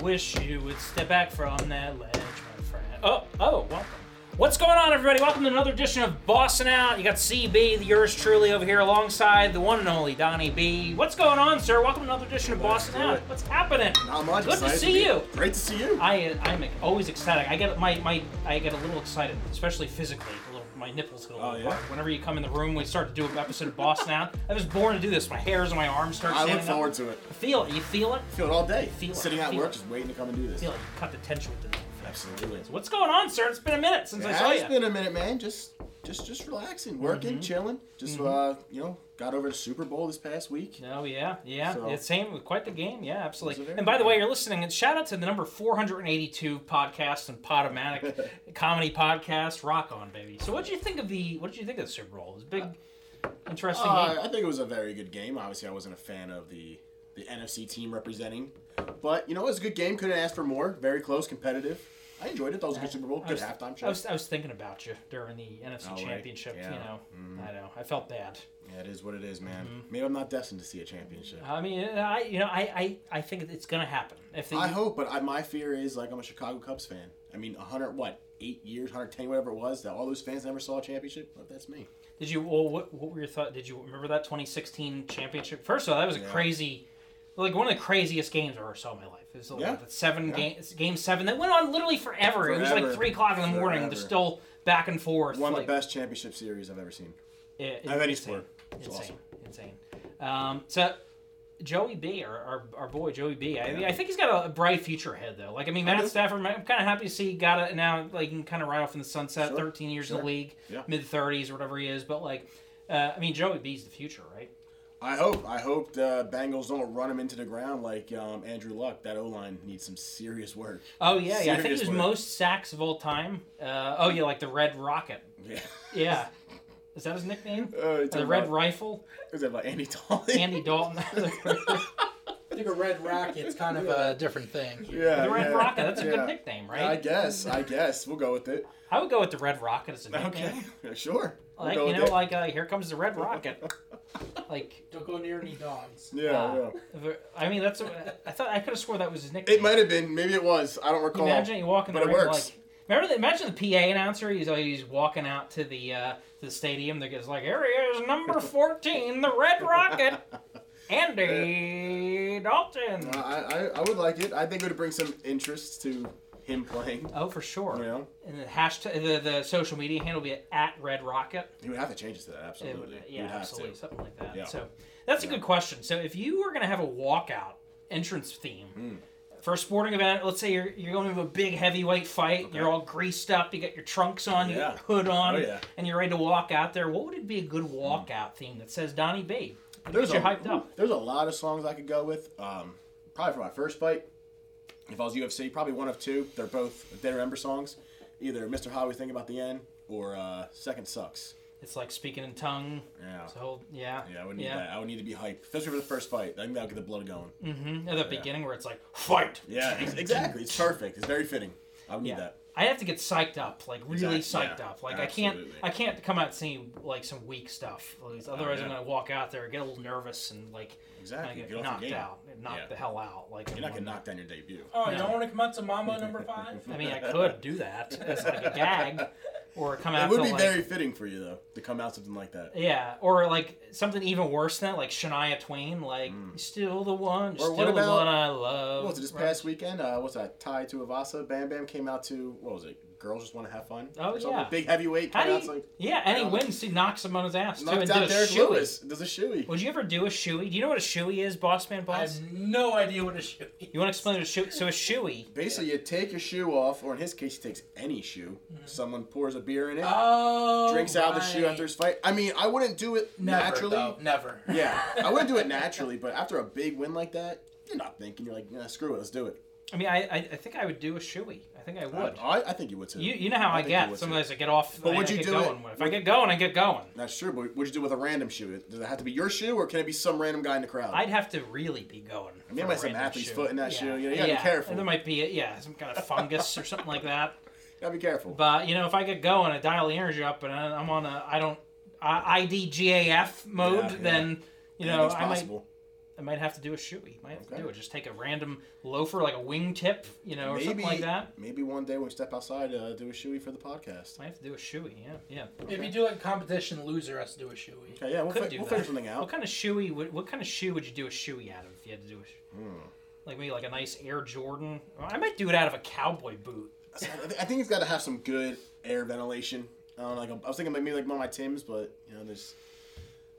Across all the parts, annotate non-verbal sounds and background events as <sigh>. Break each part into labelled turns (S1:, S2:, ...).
S1: wish you would step back from that ledge, my friend. Oh, oh, welcome. What's going on, everybody? Welcome to another edition of Bossing Out. You got CB, the yours truly, over here alongside the one and only Donnie B. What's going on, sir? Welcome to another edition of
S2: Let's
S1: Bossing
S2: do
S1: Out.
S2: it.
S1: What's happening?
S2: Not much.
S1: Good to
S2: Excited
S1: see
S2: be-
S1: you.
S2: Great to see you.
S1: I I'm always ecstatic. I get my, my I get a little excited, especially physically. A little, my nipples get a little
S2: Oh, yeah?
S1: hard. Whenever you come in the room, we start to do an episode of Boss Now. I was born to do this. My hairs and my arms start.
S2: I look
S1: standing up.
S2: forward to it.
S1: I Feel it. You feel it.
S2: Feel it all day.
S1: Feel it.
S2: Sitting at
S1: Feel
S2: work,
S1: it.
S2: just waiting to come and do this.
S1: Feel it. You cut the tension with the.
S2: Absolutely.
S1: So what's going on, sir? It's been a minute since I saw Mm-hmm.
S2: it's
S1: you.
S2: been a minute, man. Just, just, just relaxing, working, chilling. Just,
S1: Mm-hmm.
S2: uh, you know, got over to Super Bowl this past week.
S1: Oh yeah, yeah.
S2: So-
S1: Yeah, same with quite the game. Yeah, absolutely.
S2: It was a very
S1: And by the
S2: good
S1: way, you're listening. And shout out to the number 482 podcast and Podomatic
S2: <laughs>
S1: comedy podcast. Rock on, baby. So what did you think of the? What did you think of the Super Bowl? It was a big, interesting game.
S2: Uh, I think it was a very good game. Obviously, I wasn't a fan of the the NFC team representing, but you know, it was a good game. Couldn't ask for more. Very close, competitive. I enjoyed it. That was a good Super Bowl.
S1: I
S2: Good
S1: was-
S2: halftime
S1: I
S2: show.
S1: was, I was thinking about you during the NFC
S2: Oh, right.
S1: Championship.
S2: Yeah. Mm-hmm.
S1: You know, I know. I felt bad.
S2: Yeah, it is what it is, man.
S1: Mm-hmm.
S2: Maybe I'm not destined to see a championship.
S1: I mean, I you know, I I, I think it's gonna happen. If they,
S2: I hope, but I, my fear is like I'm a Chicago Cubs fan. I mean, 100 what eight years, 110 whatever it was that all those fans never saw a championship. But that's me.
S1: did you? Well, what what were your thoughts? Did you remember that 2016 championship? First of all, that was a
S2: Yeah.
S1: crazy, like one of the craziest games I ever saw in my life. It was like
S2: Yeah.
S1: the seven
S2: Yeah.
S1: games, game seven that went on literally forever. It was like
S2: Forever.
S1: three o'clock in the morning. They're
S2: Forever.
S1: still back and forth.
S2: One of
S1: like,
S2: the best championship series I've ever seen.
S1: It,
S2: Of any
S1: insane.
S2: sport. It's
S1: insane.
S2: awesome.
S1: Insane. Um, so, Joey B, our, our, our boy Joey B, I, I think he's got a bright future ahead, though. Like, I mean, Matt
S2: do.
S1: Stafford, I'm kind of happy to see he got it now, like, he can kind of ride off in the sunset,
S2: Sure,
S1: 13 years in
S2: sure.
S1: the league,
S2: Yeah.
S1: mid 30s, or whatever he is. But, like, uh, I mean, Joey B's the future, right?
S2: I hope. I hope the Bengals don't run him into the ground like um, Andrew Luck. That O line needs some serious work. <laughs>
S1: Oh, yeah, yeah. I think
S2: Serious
S1: he was
S2: player.
S1: most sacks of all time. Uh, oh, yeah, like the Red Rocket.
S2: Yeah.
S1: Yeah. Is that his nickname?
S2: Uh, it's
S1: the
S2: about-
S1: Red Rifle?
S2: Is that about Andy Dalton? <laughs>
S1: Andy Dalton. <laughs> the
S3: I think a red rocket's kind of a different thing.
S2: yeah.
S1: Red
S2: yeah,
S1: Rocket. That's a
S2: yeah.
S1: good nickname, right?
S2: I guess. I guess we'll go with it.
S1: I would go with the Red Rocket as a nickname.
S2: Okay. Sure. We'll
S1: Like
S2: go
S1: you
S2: with
S1: know,
S2: it.
S1: like uh, here comes the Red Rocket. <laughs> like,
S3: Don't go near any dogs.
S2: Yeah.
S1: uh,
S2: yeah.
S1: I mean, that's. what- I thought I could have swore that was his nickname.
S2: It might have been. Maybe it was. I don't recall.
S1: Imagine you walking the
S2: but it
S1: ring,
S2: works.
S1: like. Remember the, imagine the PA announcer. He's like, he's walking out to the uh, to the stadium. That goes like, here he is,
S2: <laughs>
S1: number fourteen, the Red Rocket, Andy Dalton.
S2: Uh, I, I, I would like it. I think it would bring some interest to him playing.
S1: Oh, for sure.
S2: You know,
S1: And the hashtag, the, the social media handle will be at Red Rocket.
S2: he would have to change it to that.
S1: It
S2: Absolutely,
S1: would,
S2: He
S1: yeah,
S2: would have
S1: absolutely,
S2: to.
S1: something like that.
S2: Yeah.
S1: So that's a good question. So if you were going to have a walkout entrance theme
S2: Hmm.
S1: for a sporting event, let's say you're you're going to a big heavyweight fight, you're all greased up, you got your trunks on, you got
S2: Yeah.
S1: your hood on,
S2: Oh, yeah. Hmm.
S1: and you're ready to walk out there. What would it be a good walkout theme that says Donnie B? Would
S2: There's
S1: get you
S2: a,
S1: hyped up.
S2: ooh, there's a lot of songs I could go with. Um, probably for my first fight, if I was UFC, probably one of two. They're both Dead Remember songs, either Mr. How We Think About the End or uh, Second Sucks.
S1: It's like speaking in tongue.
S2: Yeah.
S1: So yeah,
S2: Yeah, I would need that. I would need to be hype, especially for the first fight. I think that would get the blood going.
S1: Mm-hmm. At the beginning where it's like fight.
S2: Yeah, ex- exactly. It's perfect. It's very fitting. I would need that.
S1: I have to get psyched up, like really
S2: Exact-
S1: psyched
S2: yeah,
S1: up. Like
S2: absolutely. Oh,
S1: I can't, I can't come out seeing like some weak stuff. Otherwise,
S2: yeah.
S1: I'm gonna walk out there, get a little nervous, and like
S2: Exactly,
S1: kinda
S2: get off
S1: get
S2: your
S1: knocked
S2: game.
S1: out, knocked
S2: Yeah.
S1: the hell out. Like
S2: You're not getting knocked on your debut.
S3: Oh,
S1: you
S3: you
S1: don't
S3: don't want to come out to Mama number five?
S1: I mean, I could do that as like a gag, or come out.
S2: It would
S1: to,
S2: be
S1: like,
S2: very fitting for you though to come out something like that.
S1: Yeah, or like something even worse than that, like Shania Twain, like still the one, still
S2: Mm. what
S1: the
S2: about-
S1: one I love.
S2: What was it this past weekend? Uh, what's that? Ty Tuivasa, Bam Bam came out to what was it? Girls just want to have fun.
S1: Oh,
S2: Or something.
S1: yeah.
S2: big heavyweight.
S1: How
S2: Came
S1: do
S2: out
S1: you,
S2: to, like,
S1: yeah, and he
S2: um,
S1: wins. He knocks him on his ass too, and
S2: knocked
S1: did a
S2: out Derek
S1: shoey.
S2: Lewis. Does a shoey.
S1: Would you ever do a shoey? Do you know what a shoey is, boss man,
S3: I
S1: boss?
S3: have no idea what a shoe is.
S1: You want to explain what a shoe? So a shoey.
S2: Basically, you take your shoe off, or in his case, he takes any shoe.
S1: Mm-hmm.
S2: Someone pours a beer in it,
S3: Oh,
S2: drinks out the shoe
S3: right.
S2: after his fight. I mean, I wouldn't do it
S3: Never,
S2: naturally.
S3: though. Never.
S2: Yeah, I
S1: <laughs>
S2: wouldn't do it naturally, but after a big win like that, you're not thinking. You're like, nah, screw it, let's do it.
S1: I mean, I, I, I think I would do a shoey. I think I would.
S2: I, I think you would too.
S1: You you know how I,
S2: I think you
S1: get.
S2: would
S1: Sometimes I get off.
S2: But
S1: I,
S2: would
S1: I
S2: you
S1: get
S2: do
S1: going.
S2: it-
S1: If I get going, I get going.
S2: That's true, but what'd you do with a random shoe? Does it have to be your shoe, or can it be some random guy in the crowd?
S1: I'd have to really be going. I
S2: mean, like some athlete's foot in that shoe. You know, you gotta be careful.
S1: There might be yeah some kind of fungus or something like that.
S2: Gotta be careful.
S1: But you know, if I get going, I dial the energy up, and I- I'm on a I don't I, IDGAF mode,
S2: Yeah, yeah.
S1: then you know
S2: Anything's
S1: I might
S2: possible.
S1: I might have to do a shoey. Might have to
S2: Okay.
S1: do it. Just take a random loafer, like a wingtip, you know, or
S2: maybe
S1: something like that.
S2: maybe one day when we step outside, uh, do a shoey for the podcast.
S1: Might have to do a shoey. Yeah, yeah.
S3: If you do like a competition, loser has to do a shoey.
S2: Okay, yeah, we'll,
S1: Could
S2: fi-
S1: do
S2: we'll
S1: that.
S2: figure something
S1: What
S2: out.
S1: kind of shoey? Would, what kind of shoe would you do a shoey out of if you had to do a shoe?
S2: Hmm.
S1: Like maybe like a nice Air Jordan. Or I might do it out of a cowboy boot.
S2: So I, th- I think it's got to have some good air ventilation. I don't know, like I was thinking maybe like one of my Tims, but you know, there's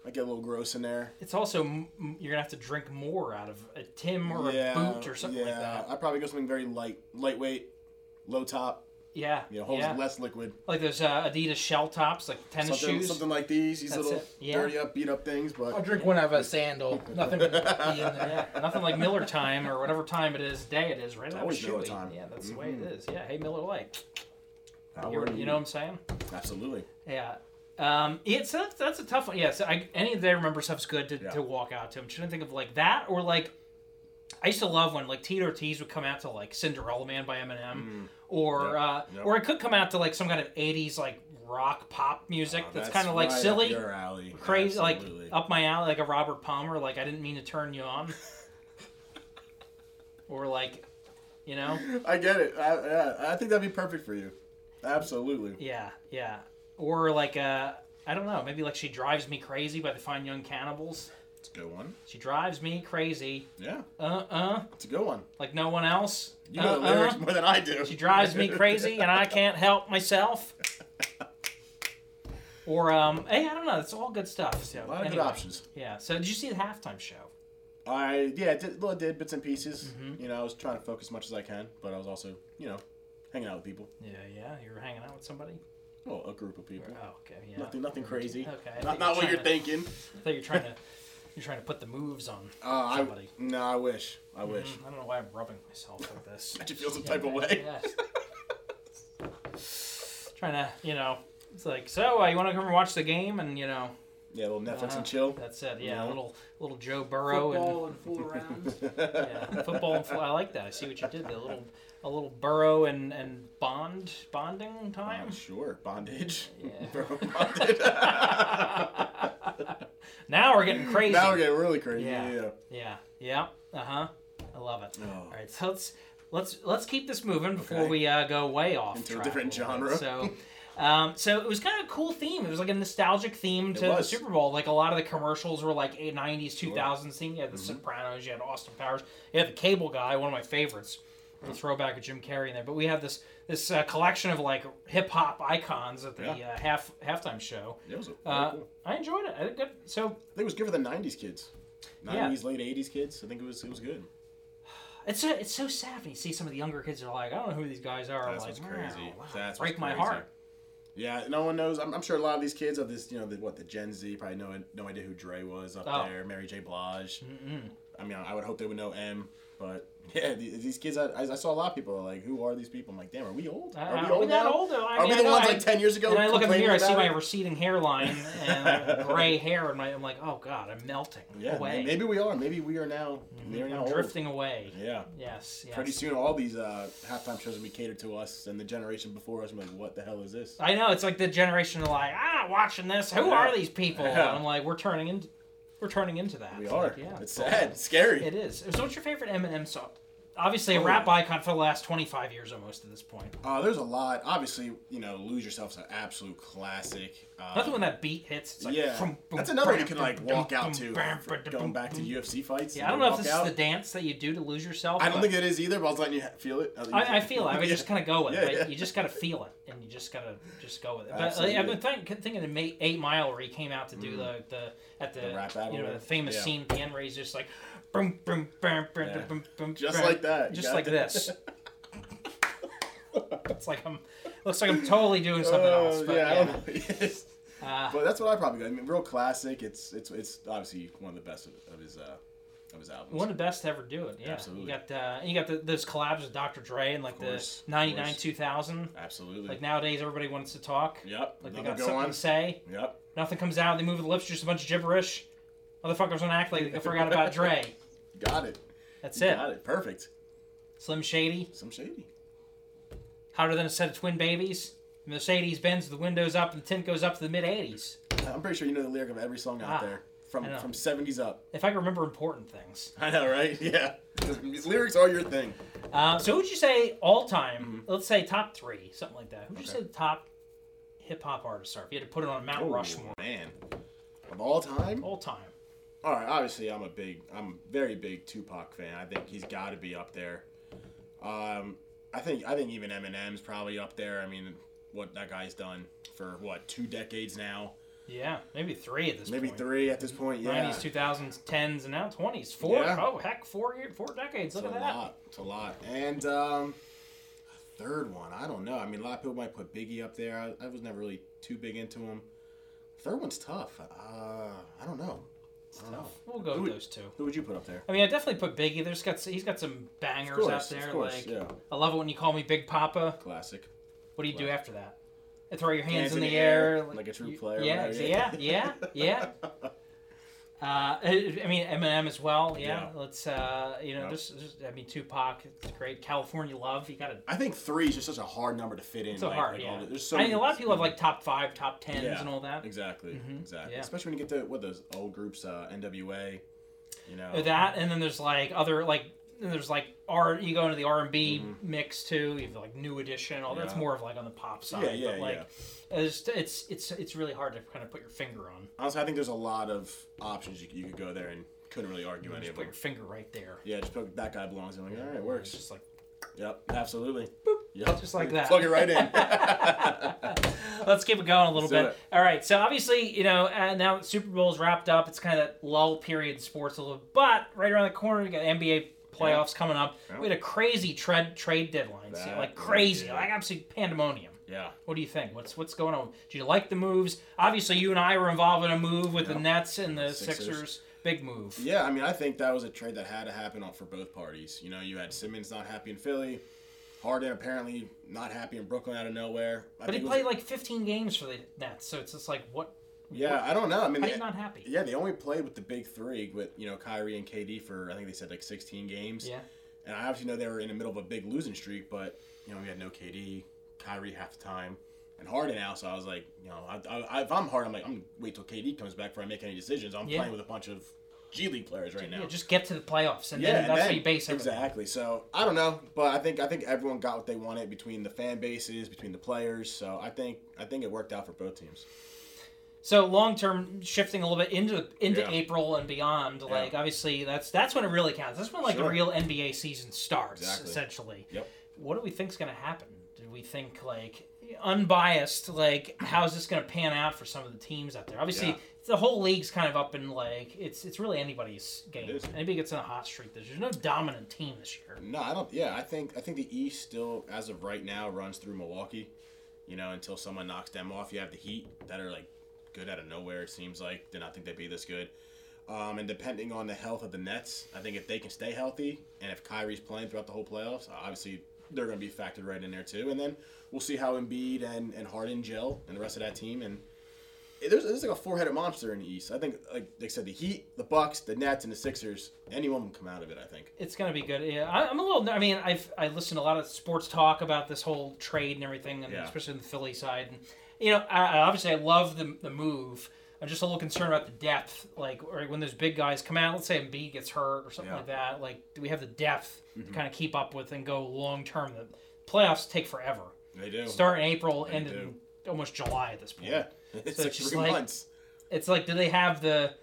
S2: might get a little gross in there.
S1: It's also m- m- you're gonna have to drink more out of a Tim or a boot or something like that.
S2: I'd probably go something very light, lightweight, low top.
S1: Yeah,
S2: You know, holds
S1: yeah.
S2: less liquid.
S1: Like those uh, Adidas shell tops, like tennis
S2: Something,
S1: shoes.
S2: something like these, these
S1: That's
S2: little
S1: it, yeah.
S2: dirty up, beat up things.
S3: I'll
S2: But
S3: drink one out of a sandal. Nothing can be
S1: <laughs>
S3: in there.
S1: <laughs> Yeah, nothing like Miller time or whatever time it is, day it is, right? That
S2: always Miller
S1: shoey.
S2: time. Mm-hmm.
S1: Yeah, that's the way it is. Yeah, hey Miller Lake.
S2: How
S1: You're-
S2: are
S1: you know what I'm saying?
S2: absolutely.
S1: Yeah. Um, yeah, so that's, that's a tough one. Yeah, so I, any of the I remember stuff's good to,
S2: Yeah.
S1: to walk out to. I'm trying to think of like that or like I used to love when like Tito Ortiz would come out to like Cinderella Man by Eminem, or
S2: Mm. Yep.
S1: uh,
S2: Yep.
S1: or it could come out to like some kind of '80s like rock pop music
S2: Oh,
S1: that's, kind of like
S2: right up
S1: silly,
S2: your alley.
S1: crazy,
S2: Absolutely.
S1: like uh up my alley, like a Robert Palmer. Like I didn't mean to turn you
S2: <laughs>
S1: on, or like, you know,
S2: I get it. I, yeah, I think that'd be perfect for you. Absolutely.
S1: yeah, yeah, or like uh, I don't know, maybe like she drives me crazy by the Fine Young Cannibals.
S2: It's a good one.
S1: She drives me crazy.
S2: Yeah,
S1: Uh uh.
S2: it's a good one.
S1: Like no one else.
S2: You know the
S1: Uh-uh.
S2: lyrics more than I do.
S1: She drives
S2: <laughs>
S1: me crazy and I can't help myself. Or um, hey, I don't know. It's all good stuff. So
S2: A lot of
S1: anyway.
S2: good options.
S1: Yeah. So did you see the halftime show?
S2: I yeah, did, well, I did bits and pieces.
S1: Mm-hmm.
S2: You know, I was trying to focus as much as I can, but I was also you know hanging out with people.
S1: Yeah, yeah. You were hanging out with somebody.
S2: Well, a group of people.
S1: Oh, okay. Yeah.
S2: Nothing, nothing crazy.
S1: Okay, I
S2: Not,
S1: think
S2: not
S1: you're
S2: what you're
S1: trying
S2: thinking.
S1: I thought you're trying
S2: <laughs>
S1: to you're trying to put the moves on.
S2: Uh, I,
S1: Somebody.
S2: no, I wish. I wish.
S1: Mm, I don't know why I'm rubbing myself like this.
S2: <laughs> I just feel some type of
S1: Yeah,
S2: way.
S1: yes. trying to, you know, it's like so. Uh, you want to come and watch the game and you know.
S2: Yeah, a little Netflix
S1: Uh-huh.
S2: and chill.
S1: That's it. Yeah,
S2: Yeah.
S1: little little Joe Burrow
S3: Football and fool around.
S1: and
S3: <laughs>
S1: yeah, football. And fl- I like that. I see what you did. there. A little a little Burrow and and Bond bonding time.
S2: Uh, sure, bondage.
S1: Yeah.
S2: <laughs> Bro, bondage.
S1: now we're getting <laughs> crazy.
S2: now we're getting really crazy.
S1: Yeah.
S2: Yeah. yeah.
S1: yeah. Yeah. Uh huh. I love it.
S2: Oh.
S1: All right. So let's let's let's keep this moving before
S2: Okay.
S1: we uh, go way off
S2: Into a
S1: track
S2: different
S1: little bit.
S2: genre.
S1: So. Um, so it was kind of a cool theme. It was like a nostalgic theme to the
S2: was.
S1: Super Bowl. Like a lot of the commercials were like eight- 90s, 2000s theme. You had The
S2: Mm-hmm.
S1: Sopranos, you had Austin Powers, you had The Cable Guy, one of my favorites.
S2: Mm.
S1: The throwback of Jim Carrey in there. But we had this this uh, collection of like hip hop icons at the
S2: Yeah.
S1: uh, half halftime show.
S2: It was a,
S1: Uh,
S2: cool.
S1: I enjoyed it. I did good. So
S2: I think it was good for the '90s kids.
S1: Yeah.
S2: '90s, late '80s kids. I think it was it was good.
S1: It's so, it's so sad when you see some of the younger kids are like, I don't know who these guys are.
S2: That's
S1: I'm
S2: what's
S1: like,
S2: crazy.
S1: Wow, wow,
S2: That's
S1: break
S2: what's
S1: my
S2: crazy.
S1: heart.
S2: Yeah, no one knows. I'm, I'm sure a lot of these kids of this, you know, the, what the Gen Z probably no no idea who Dre was up
S1: Oh.
S2: there, Mary J. Blige. I mean, I would hope they would know M, but <laughs> yeah, the- these kids. I, I saw a lot of people are like, who are these people? I'm like, damn, are we old?
S1: Uh,
S2: Are we
S1: are
S2: old
S1: we that
S2: now?
S1: old? I
S2: are
S1: mean,
S2: we
S1: I
S2: the
S1: know
S2: ones
S1: I-
S2: like ten years ago?
S1: And I look in the
S2: complaining
S1: mirror, I see
S2: about
S1: my
S2: it?
S1: receding hairline
S2: <laughs>
S1: and gray hair, and my, I'm like, oh god, I'm melting
S2: yeah,
S1: away. Mm-hmm.
S2: maybe we are. Maybe we are now. We are now
S1: I'm
S2: old.
S1: drifting away.
S2: Yeah.
S1: Yes, yes.
S2: Pretty soon, all these uh, halftime shows will be catered to us and the generation before us. I'm like, what the hell is this?
S1: I know it's like the generation of like, ah, watching this. Who
S2: Yeah.
S1: are these people?
S2: Yeah.
S1: And I'm like, we're turning into, we're turning into that.
S2: We
S1: Like,
S2: are.
S1: yeah,
S2: It's sad. It's scary.
S1: It is. So, what's your favorite Eminem song? Obviously, a
S2: Oh.
S1: rap icon for the last 25 years almost at this point.
S2: Uh, there's a lot. Obviously, you know, lose yourself's an absolute classic. Um,
S1: That's when that beat hits. It's like,
S2: yeah,
S1: boom, boom,
S2: that's another one you
S1: bam,
S2: can like
S1: boom,
S2: walk
S1: boom,
S2: out
S1: boom,
S2: to.
S1: bam,
S2: for
S1: ba-da-boom,
S2: Going back to
S1: boom.
S2: UFC fights.
S1: Yeah, I
S2: you
S1: don't know if
S2: walk
S1: this
S2: out.
S1: is the dance that you do to lose yourself.
S2: I don't
S1: but
S2: think it is either, but I was letting you ha- feel it.
S1: I, I
S2: <laughs>
S1: feel it. I would
S2: Yeah.
S1: just kind of go with it.
S2: Yeah,
S1: but
S2: yeah.
S1: You just got to feel it, and you just got to just go with it. But like,
S2: Absolutely. Mm.
S1: I've been think, thinking of Ma- Eight Mile where he came out to do the, the at the,
S2: The rap battle
S1: you know
S2: there.
S1: the famous
S2: Yeah.
S1: scene at the end where he's just like, boom, boom, boom, boom,
S2: Yeah.
S1: boom, boom,
S2: Just
S1: boom,
S2: like that. You
S1: just
S2: gotta
S1: like
S2: do- <laughs>
S1: this. it's like I'm looks like I'm totally doing something else.
S2: Oh,
S1: But
S2: yeah, I
S1: yeah,
S2: don't know. <laughs> Yes.
S1: Uh,
S2: but that's what I probably got. I mean, real classic. It's it's it's obviously one of the best of, of his uh, of his albums.
S1: One of the best to ever do it. Yeah,
S2: Absolutely.
S1: You got uh, you got the, those collabs with Dr. Dre and like
S2: course,
S1: the '99
S2: course.
S1: 2000.
S2: Absolutely.
S1: Like nowadays, everybody wants to talk.
S2: yep.
S1: Like they
S2: Another
S1: got
S2: good
S1: something
S2: one.
S1: to say.
S2: Yep.
S1: Nothing comes out. They move the lips, just a bunch of gibberish. Motherfuckers don't act like they forgot about
S2: <laughs>
S1: Dre.
S2: Got it.
S1: That's
S2: You
S1: it.
S2: Got it. Perfect.
S1: Slim Shady,
S2: Some shady.
S1: hotter than a set of twin babies. Mercedes Benz, the windows up and the tint goes up to the mid '80s.
S2: I'm pretty sure you know the lyric of every song out
S1: Ah.
S2: there. from
S1: I know.
S2: from seventies up. <laughs>
S1: If I can remember important things.
S2: I know, right? Yeah, <laughs> 'Cause lyrics are your thing.
S1: Uh, so, who'd you say all time? Let's say top three, something like that. Who'd you
S2: Mm-hmm. Okay.
S1: say the top hip hop artists are? If you had to put it on Mount
S2: Ooh,
S1: Rushmore,
S2: Oh, man, of all time.
S1: all time.
S2: All right, obviously I'm a big, I'm a very big Tupac fan. I think he's got to be up there. Um, I think I think even Eminem's probably up there. I mean, what that guy's done for what two decades now,
S1: Yeah, maybe three at this
S2: maybe
S1: point.
S2: three at this point. Yeah,
S1: Nineties, two thousands, tens, and now twenties. Four.
S2: Yeah.
S1: Oh heck, four year, four decades. Look
S2: it's a
S1: at that.
S2: lot. It's a lot. And um, third one, I don't know. I mean, a lot of people might put Biggie up there. I, I was never really too big into him. Third one's tough. Uh, I don't know. I don't know.
S1: We'll go
S2: Who
S1: with
S2: would-
S1: those two.
S2: Who would you put up there?
S1: I mean, I definitely put Biggie. There's got he's got some bangers
S2: Of
S1: out
S2: course,
S1: there.
S2: of course,
S1: like
S2: yeah.
S1: I love it when you call me Big Papa.
S2: Classic.
S1: What do you do
S2: Right.
S1: after that? I throw your hands, in, the, air,
S2: like a true
S1: you-
S2: player or
S1: Yeah,
S2: whatever,
S1: yeah,
S2: yeah.
S1: yeah, yeah.
S2: <laughs>
S1: Uh, I I mean Eminem as well. Yeah,
S2: Yeah.
S1: let's uh, you know,
S2: Yeah.
S1: there's, there's I mean Tupac, it's great. California Love, you got to.
S2: I think three is just such a hard number to fit in.
S1: It's so
S2: like,
S1: hard.
S2: like, all
S1: yeah,
S2: the- there's so
S1: I mean, a
S2: many-
S1: lot of people have like top five, top tens,
S2: Yeah,
S1: and all that.
S2: Exactly, exactly.
S1: yeah.
S2: Especially when you get to what those old groups, uh, NWA. You know.
S1: That and then there's like other like there's like R you go into the R and B mix too. You have like New Edition. All that's
S2: Mm-hmm. Yeah.
S1: more of like on the pop side.
S2: Yeah, yeah,
S1: but like It's, it's it's it's really hard to kind of put your finger on.
S2: Honestly, I think there's a lot of options you, could- you could go there and couldn't really argue any
S1: Just
S2: of
S1: put
S2: them.
S1: your finger right there.
S2: Yeah, just put that guy belongs. I'm like, all right,
S1: It's
S2: works.
S1: just like
S2: Yep, absolutely. Yep.
S1: just like that.
S2: Plug it
S1: <laughs>
S2: right in.
S1: Let's keep it going a little bit.
S2: Let's do
S1: All right. So obviously, you know, uh, now that Super Bowl's wrapped up, it's kind of that lull period in sports a little. But right around the corner, we got NBA playoffs coming up.
S2: Yeah.
S1: We had a crazy trade trade deadline, see,
S2: That
S1: like
S2: we
S1: crazy,
S2: did.
S1: like absolute pandemonium.
S2: yeah.
S1: What do you think? What's what's going on? Do you like the moves? Obviously, you and I were involved in a move with the
S2: Yeah.
S1: Nets and the Sixers.
S2: Sixers.
S1: Big move.
S2: Yeah, I mean, I think that was a trade that had to happen on, for both parties. You know, you had Simmons not happy in Philly, Harden apparently not happy in Brooklyn out of nowhere. I
S1: But he
S2: think it was-
S1: played like 15 games for the Nets, so it's just like, what?
S2: Yeah, I don't know. I mean,
S1: How are you
S2: they-
S1: not happy?
S2: Yeah, they only played with the big three with you know Kyrie and KD for I think they said like 16 games.
S1: Yeah.
S2: And I obviously know they were in the middle of a big losing streak, but you know we had no KD, Kyrie half the time, and Harden out. So I was like, you know, I, I, if I'm Harden, I'm like, I'm gonna wait till KD comes back before I make any decisions. I'm
S1: Yeah.
S2: playing with a bunch of G League players right now.
S1: Yeah, just get to the playoffs, and
S2: Yeah,
S1: then
S2: and
S1: that's
S2: then-
S1: how you base everything.
S2: exactly. So I don't know, but I think I think everyone got what they wanted between the fan bases, between the players. So I think I think it worked out for both teams.
S1: So long term, shifting a little bit into into
S2: Yeah.
S1: April and beyond, like obviously that's that's when it really counts. That's when like the
S2: Sure.
S1: real NBA season starts,
S2: Exactly.
S1: essentially.
S2: Yep.
S1: What do we think's gonna happen? Do we think like unbiased, like how is this gonna pan out for some of the teams out there? Obviously,
S2: Yeah.
S1: the whole league's kind of up in like it's it's really anybody's game.
S2: is.
S1: Anybody gets in a hot streak this year. There's no dominant team this year.
S2: No, I don't. Yeah, I think I think the East still, as of right now, runs through Milwaukee. You know, until someone knocks them off. You have the Heat that are like good out of nowhere. It seems like did not think they'd be this good. Um, and depending on the health of the Nets, I think if they can stay healthy and if Kyrie's playing throughout the whole playoffs, obviously they're going to be factored right in there too. And then we'll see how Embiid and and Harden gel and the rest of that team. And there's, there's like a four-headed monster in the East. I think, like they said, the Heat, the Bucks, the Nets, and the Sixers. Anyone can come out of it. I think.
S1: It's gonna be good. Yeah, I, I'm a little. I mean, I've I listened to a lot of sports talk about this whole trade and everything, and
S2: Yeah.
S1: especially in the Philly side. And you know, I, I- obviously, I love the, the move. I'm just a little concerned about the depth, like or when those big guys come out. Let's say Embiid gets hurt or something
S2: Yeah. Mm-hmm.
S1: like that. Like, do we have the depth to kind of keep up with and go long term? The playoffs take forever.
S2: They do.
S1: Start in April, end in
S2: do.
S1: almost July at this point.
S2: Yeah, it's
S1: So
S2: like
S1: it's just
S2: three
S1: like-
S2: months.
S1: It's like, do they have the,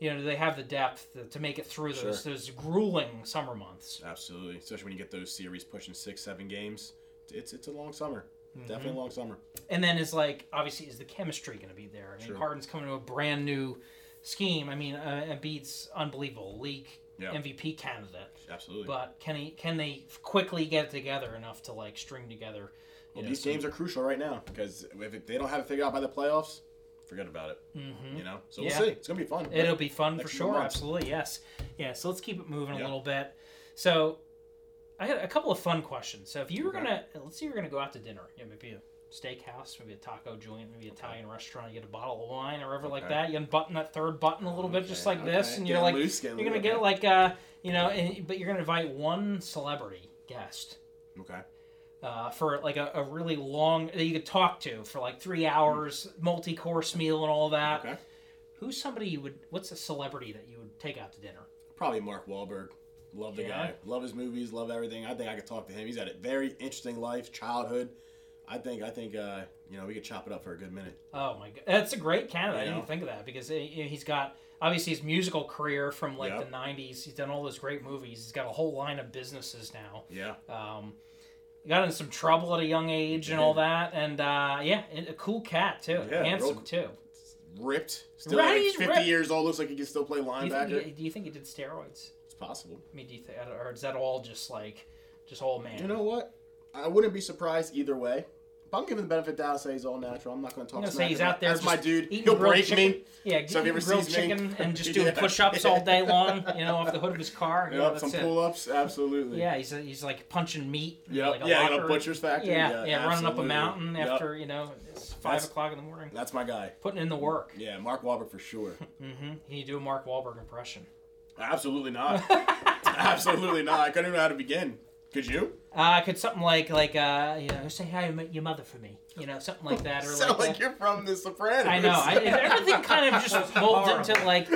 S1: you know, do they have the depth to, to make it through those those grueling summer months?
S2: Absolutely, especially when you get those series pushing six, seven games. It's it's a long summer.
S1: Mm-hmm.
S2: Definitely a long summer.
S1: and then is like obviously is the chemistry going to be there? I mean,
S2: Sure.
S1: Harden's coming to a brand new scheme. I mean, uh, Embiid's unbelievable, league
S2: Yeah.
S1: MVP candidate.
S2: Absolutely.
S1: But can he can they quickly get it together enough to like string together? you
S2: Well,
S1: know,
S2: these
S1: some-
S2: games are crucial right now because if it- they don't have it figured out by the playoffs, forget about it. Mm-hmm. You know, so
S1: Yeah.
S2: we'll see. It's gonna be fun.
S1: It'll be fun for
S2: Next few
S1: sure.
S2: months.
S1: Absolutely, yes, yeah. So let's keep it moving a
S2: Yeah.
S1: little bit. So I had a couple of fun questions. So if you were
S2: Okay.
S1: gonna, let's say you were gonna go out to dinner, you know, maybe a steakhouse, maybe a taco joint, maybe Italian restaurant. You get a bottle of wine or whatever like
S2: Okay.
S1: that. You unbutton that third button a little bit, just like
S2: Okay,
S1: this,
S2: okay.
S1: and
S2: Get
S1: you're like,
S2: loose,
S1: you're
S2: get
S1: gonna
S2: loose,
S1: get
S2: okay.
S1: like, uh, you know, and, but you're gonna invite one celebrity guest
S2: okay.
S1: uh, for like a, a really
S2: Hmm.
S1: long that you could talk to for like three hours, multi-course meal and all that.
S2: Okay.
S1: Who's somebody you would? What's a celebrity that you would take out to dinner?
S2: Probably Mark Wahlberg. Love the
S1: Yeah.
S2: guy. Love his movies. Love everything. I think I could talk to him. He's had a very interesting life, childhood. I think I think uh, you know we could chop it up for a good minute.
S1: Oh my god, that's a great candidate. I
S2: You
S1: didn't
S2: know?
S1: think of that because he- he's got obviously his musical career from like
S2: Yep.
S1: the '90s. He's done all those great movies. He's got a whole line of businesses now.
S2: Yeah.
S1: Um, got in some trouble at a young age and all that, and uh, yeah, and a cool cat too,
S2: Yeah, real
S1: handsome
S2: cool.
S1: too.
S2: Ripped. Still
S1: Right,
S2: like
S1: he's
S2: 50
S1: ripped.
S2: years old. Looks like he can still play
S1: Do you, think
S2: linebacker.
S1: he, do you think he did steroids?
S2: It's possible.
S1: I mean, do you think, or is that all just like just old man?
S2: You know what? I wouldn't be surprised either way. But I'm giving the benefit of the doubt. Say he's all natural. I'm not going to
S1: I'm
S2: talk.
S1: gonna
S2: smack
S1: say he's
S2: about-
S1: out there.
S2: That's
S1: just
S2: my dude.
S1: eating
S2: He'll
S1: grilled
S2: break
S1: chicken.
S2: me.
S1: Yeah,
S2: So if he
S1: eating
S2: ever
S1: grilled
S2: sees me-
S1: chicken
S2: <laughs>
S1: and just doing
S2: Yeah.
S1: push-ups all
S2: <laughs>
S1: day long, you know, off the hood of his car. Yeah,
S2: Yep,
S1: that's
S2: some
S1: it.
S2: pull-ups. Absolutely.
S1: Yeah, he's he's like punching meat. you know,
S2: Yep.
S1: like a
S2: yeah. Like
S1: locker.
S2: a butcher's factory.
S1: Yeah, yeah, running up a
S2: absolutely.
S1: mountain
S2: Yep.
S1: after you know it's five
S2: That's-
S1: o'clock in the morning,
S2: That's my guy.
S1: putting in the work.
S2: Yeah, Mark Wahlberg for sure.
S1: <laughs> Mm-hmm. Can you do a Mark Wahlberg impression? <laughs>
S2: Absolutely not. Absolutely not. I couldn't even know how to begin. Could you?
S1: Uh, could something like like uh, you know, say hi to my- your mother for me, you know, something like
S2: <laughs>
S1: that, or
S2: Sound
S1: like,
S2: like
S1: that.
S2: you're from The Sopranos.
S1: I know. I, everything kind of just molds into like,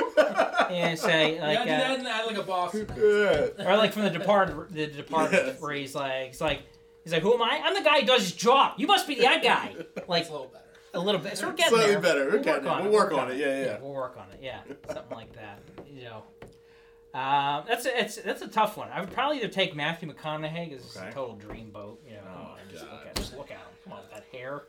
S1: and say
S3: yeah,
S1: like,
S3: I do that
S1: uh,
S3: and add like a <laughs>
S2: <laughs>
S3: boss.
S2: Yeah.
S1: or like from the Departed, the Departed,
S2: Yes.
S1: where he's like, he's like, he's like, who am I? I'm the guy who does his job. You must be the eye guy. Like
S3: It's a little better.
S1: a little bit. So we're getting
S2: Slightly
S1: there.
S2: better. We're
S1: We'll
S2: getting
S1: work
S2: there.
S1: on
S2: We'll
S1: it.
S2: work on it. Yeah, yeah, yeah.
S1: We'll work on it. Yeah, something like that. You know. Um, that's a it's, that's a tough one. I would probably either take Matthew McConaughey because
S2: Okay.
S1: it's a total dreamboat. You know, come
S2: Oh,
S1: on, just look
S2: God.
S1: at just look at him. Come on, with that
S2: <sighs>
S1: hair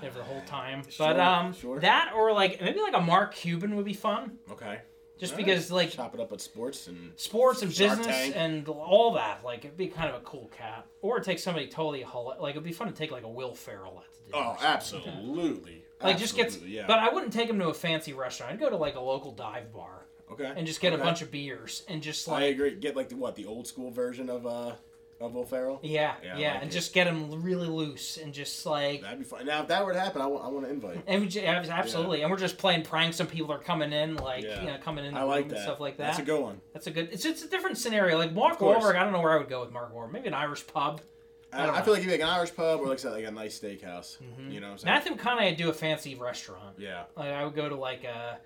S1: there for the whole time.
S2: Sure,
S1: but um,
S2: sure.
S1: that or like maybe like a Mark Cuban would be fun,
S2: Okay.
S1: just
S2: All right.
S1: because like
S2: Chop it up at sports and
S1: sports and
S2: Shark
S1: business
S2: Tank.
S1: and all that. Like it'd be kind of a cool cat, or take somebody totally hol- like it'd be fun to take like a Will Ferrell at the dinner.
S2: oh,
S1: or something like
S2: absolutely.
S1: that.
S2: absolutely.
S1: Like just gets,
S2: yeah.
S1: but I wouldn't take him to a fancy restaurant. I'd go to like a local dive bar
S2: okay.
S1: and just get
S2: Okay.
S1: a bunch of beers and just
S2: I
S1: like,
S2: agree. Get like the what the old school version of uh of Will Ferrell.
S1: yeah,
S2: Yeah,
S1: yeah,
S2: I like
S1: and
S2: it.
S1: just get him really loose and just like,
S2: That'd be fun. Now if that were to happen, I want I want to invite.
S1: and we ju- ab- absolutely, and we're just playing pranks and people are coming in, like
S2: Yeah.
S1: you know, coming in the
S2: I like
S1: room
S2: that.
S1: and stuff like that.
S2: That's a good one.
S1: That's a good. It's it's a different scenario. Like Mark
S2: course.
S1: Wahlberg, I don't know where I would go with Mark Wahlberg. Maybe an Irish pub. I don't
S2: I,
S1: Mm-hmm.
S2: I
S1: know.
S2: feel like it'd be like an Irish pub or like I said, like a nice steakhouse. You know what I'm
S1: Matthew
S2: saying?
S1: McConaughey would do a fancy restaurant.
S2: yeah.
S1: Like I would go to like a,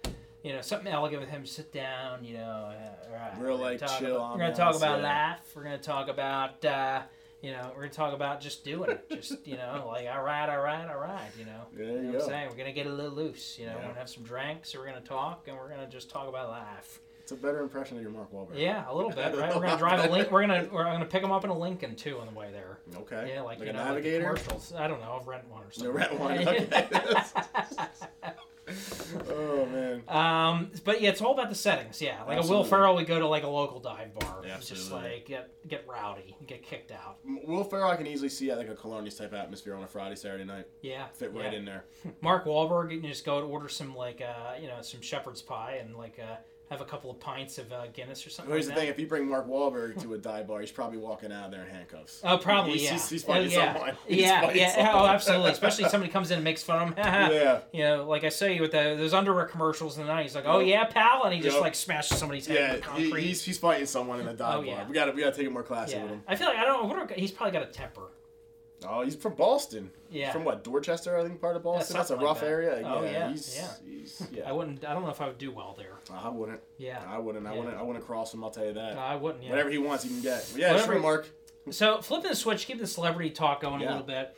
S1: you know, something elegant with him. Sit down, you know. Uh, all right,
S2: Real,
S1: we're gonna
S2: like,
S1: talk
S2: chill
S1: About, we're gonna
S2: ambiance,
S1: talk about
S2: yeah.
S1: life. We're gonna talk about, uh, you know, we're gonna talk about just doing it. Just you
S2: <laughs>
S1: know, like all right, all right, all right. You know,
S2: There
S1: You
S2: you
S1: know
S2: go.
S1: what I'm saying? We're gonna get a little loose. You know,
S2: Yeah.
S1: we're gonna have some drinks. We're gonna talk, and we're gonna just talk about life.
S2: It's a better impression of your Mark Wahlberg.
S1: Yeah, a little
S2: <laughs>
S1: bit, right? We're gonna drive a link. We're gonna we're gonna pick him up in a Lincoln too on the way there.
S2: Okay.
S1: Yeah, like,
S2: like
S1: you
S2: a
S1: know,
S2: navigator.
S1: Like the commercials. I don't know. I'll rent one or
S2: The
S1: something.
S2: red one.
S1: <laughs>
S2: Okay. <laughs> oh man.
S1: um, but yeah, it's all about the settings. Yeah, like a Will
S2: Absolutely.
S1: Ferrell, we go to like a local dive bar.
S2: Yeah,
S1: It's just
S2: absolutely.
S1: like get get rowdy, and get kicked out.
S2: Will Ferrell, I can easily see at like a Colonias type atmosphere on a Friday, Saturday night.
S1: Yeah,
S2: Fit right
S1: yeah.
S2: in there.
S1: Mark Wahlberg, you can just go and order some like uh, you know some shepherd's pie and like uh, have a couple of pints of uh, Guinness or something.
S2: Here's
S1: like
S2: the
S1: that.
S2: thing: if you bring Mark Wahlberg to a dive bar, he's probably walking out of there in handcuffs.
S1: Oh, probably
S2: He's-
S1: yeah.
S2: He's, he's
S1: Oh,
S2: fighting
S1: yeah. <laughs>
S2: someone. He's
S1: yeah,
S2: fighting
S1: yeah. Oh,
S2: someone.
S1: absolutely. Especially if somebody comes in and makes fun of him. <laughs>
S2: Yeah.
S1: You know, like I say with the, those underwear commercials in the night, he's like, "Oh yeah, pal," and he just
S2: Yep.
S1: like smashes somebody's head with
S2: Yeah, he,
S1: concrete.
S2: he's, he's fighting someone in a dive
S1: Oh, yeah.
S2: bar. We gotta we gotta take it more classy
S1: yeah.
S2: with him.
S1: I feel like I don't. I wonder. if- He's probably got a temper.
S2: Oh, he's from Boston.
S1: Yeah.
S2: From what Dorchester, I think part of Boston. That's a
S1: something like
S2: rough
S1: that.
S2: area.
S1: Oh, yeah,
S2: He's,
S1: yeah. <laughs>
S2: He's, yeah.
S1: I wouldn't. I don't know if I would do well there.
S2: I wouldn't.
S1: Yeah.
S2: I wouldn't. I
S1: Yeah.
S2: wouldn't. I wouldn't cross him. I'll tell you that.
S1: No, Uh, I wouldn't. Yeah.
S2: Whatever he wants, he can get. Yeah,
S1: Whatever-
S2: sure, Mark.
S1: So flipping the switch, keeping the celebrity talk going a
S2: Yeah.
S1: little bit.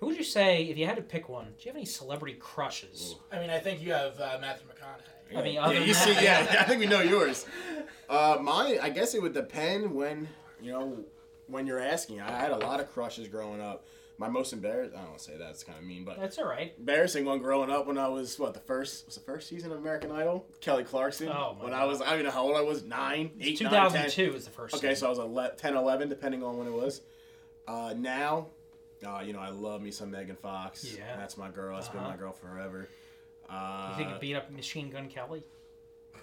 S1: Who would you say if you had to pick one? Do you have any celebrity crushes?
S3: I mean, I think you have uh, Matthew McConaughey.
S1: I mean,
S2: yeah,
S1: other
S2: you
S1: than
S2: see,
S1: that-
S2: yeah, <laughs> I think we know yours. Uh, mine, I guess it would depend when you know when you're asking. I had a lot of crushes growing up. My most embarrassed, I don't want to say that, it's kind of mean, but
S1: That's all right.
S2: embarrassing one growing up when I was what the first was the first season of American Idol, Kelly Clarkson.
S1: Oh, my
S2: when I
S1: God.
S2: was, I don't even know how old I was, nine, eight,
S1: Two
S2: nine,
S1: thousand
S2: ten.
S1: two is the first.
S2: Okay,
S1: season.
S2: so I was 11, 10, 11, depending on when it was. Uh, now, uh, you know, I love me some Megan Fox.
S1: Yeah.
S2: That's my girl. That's been
S1: Uh-huh.
S2: my girl forever. Uh,
S1: You think you beat up Machine Gun Kelly?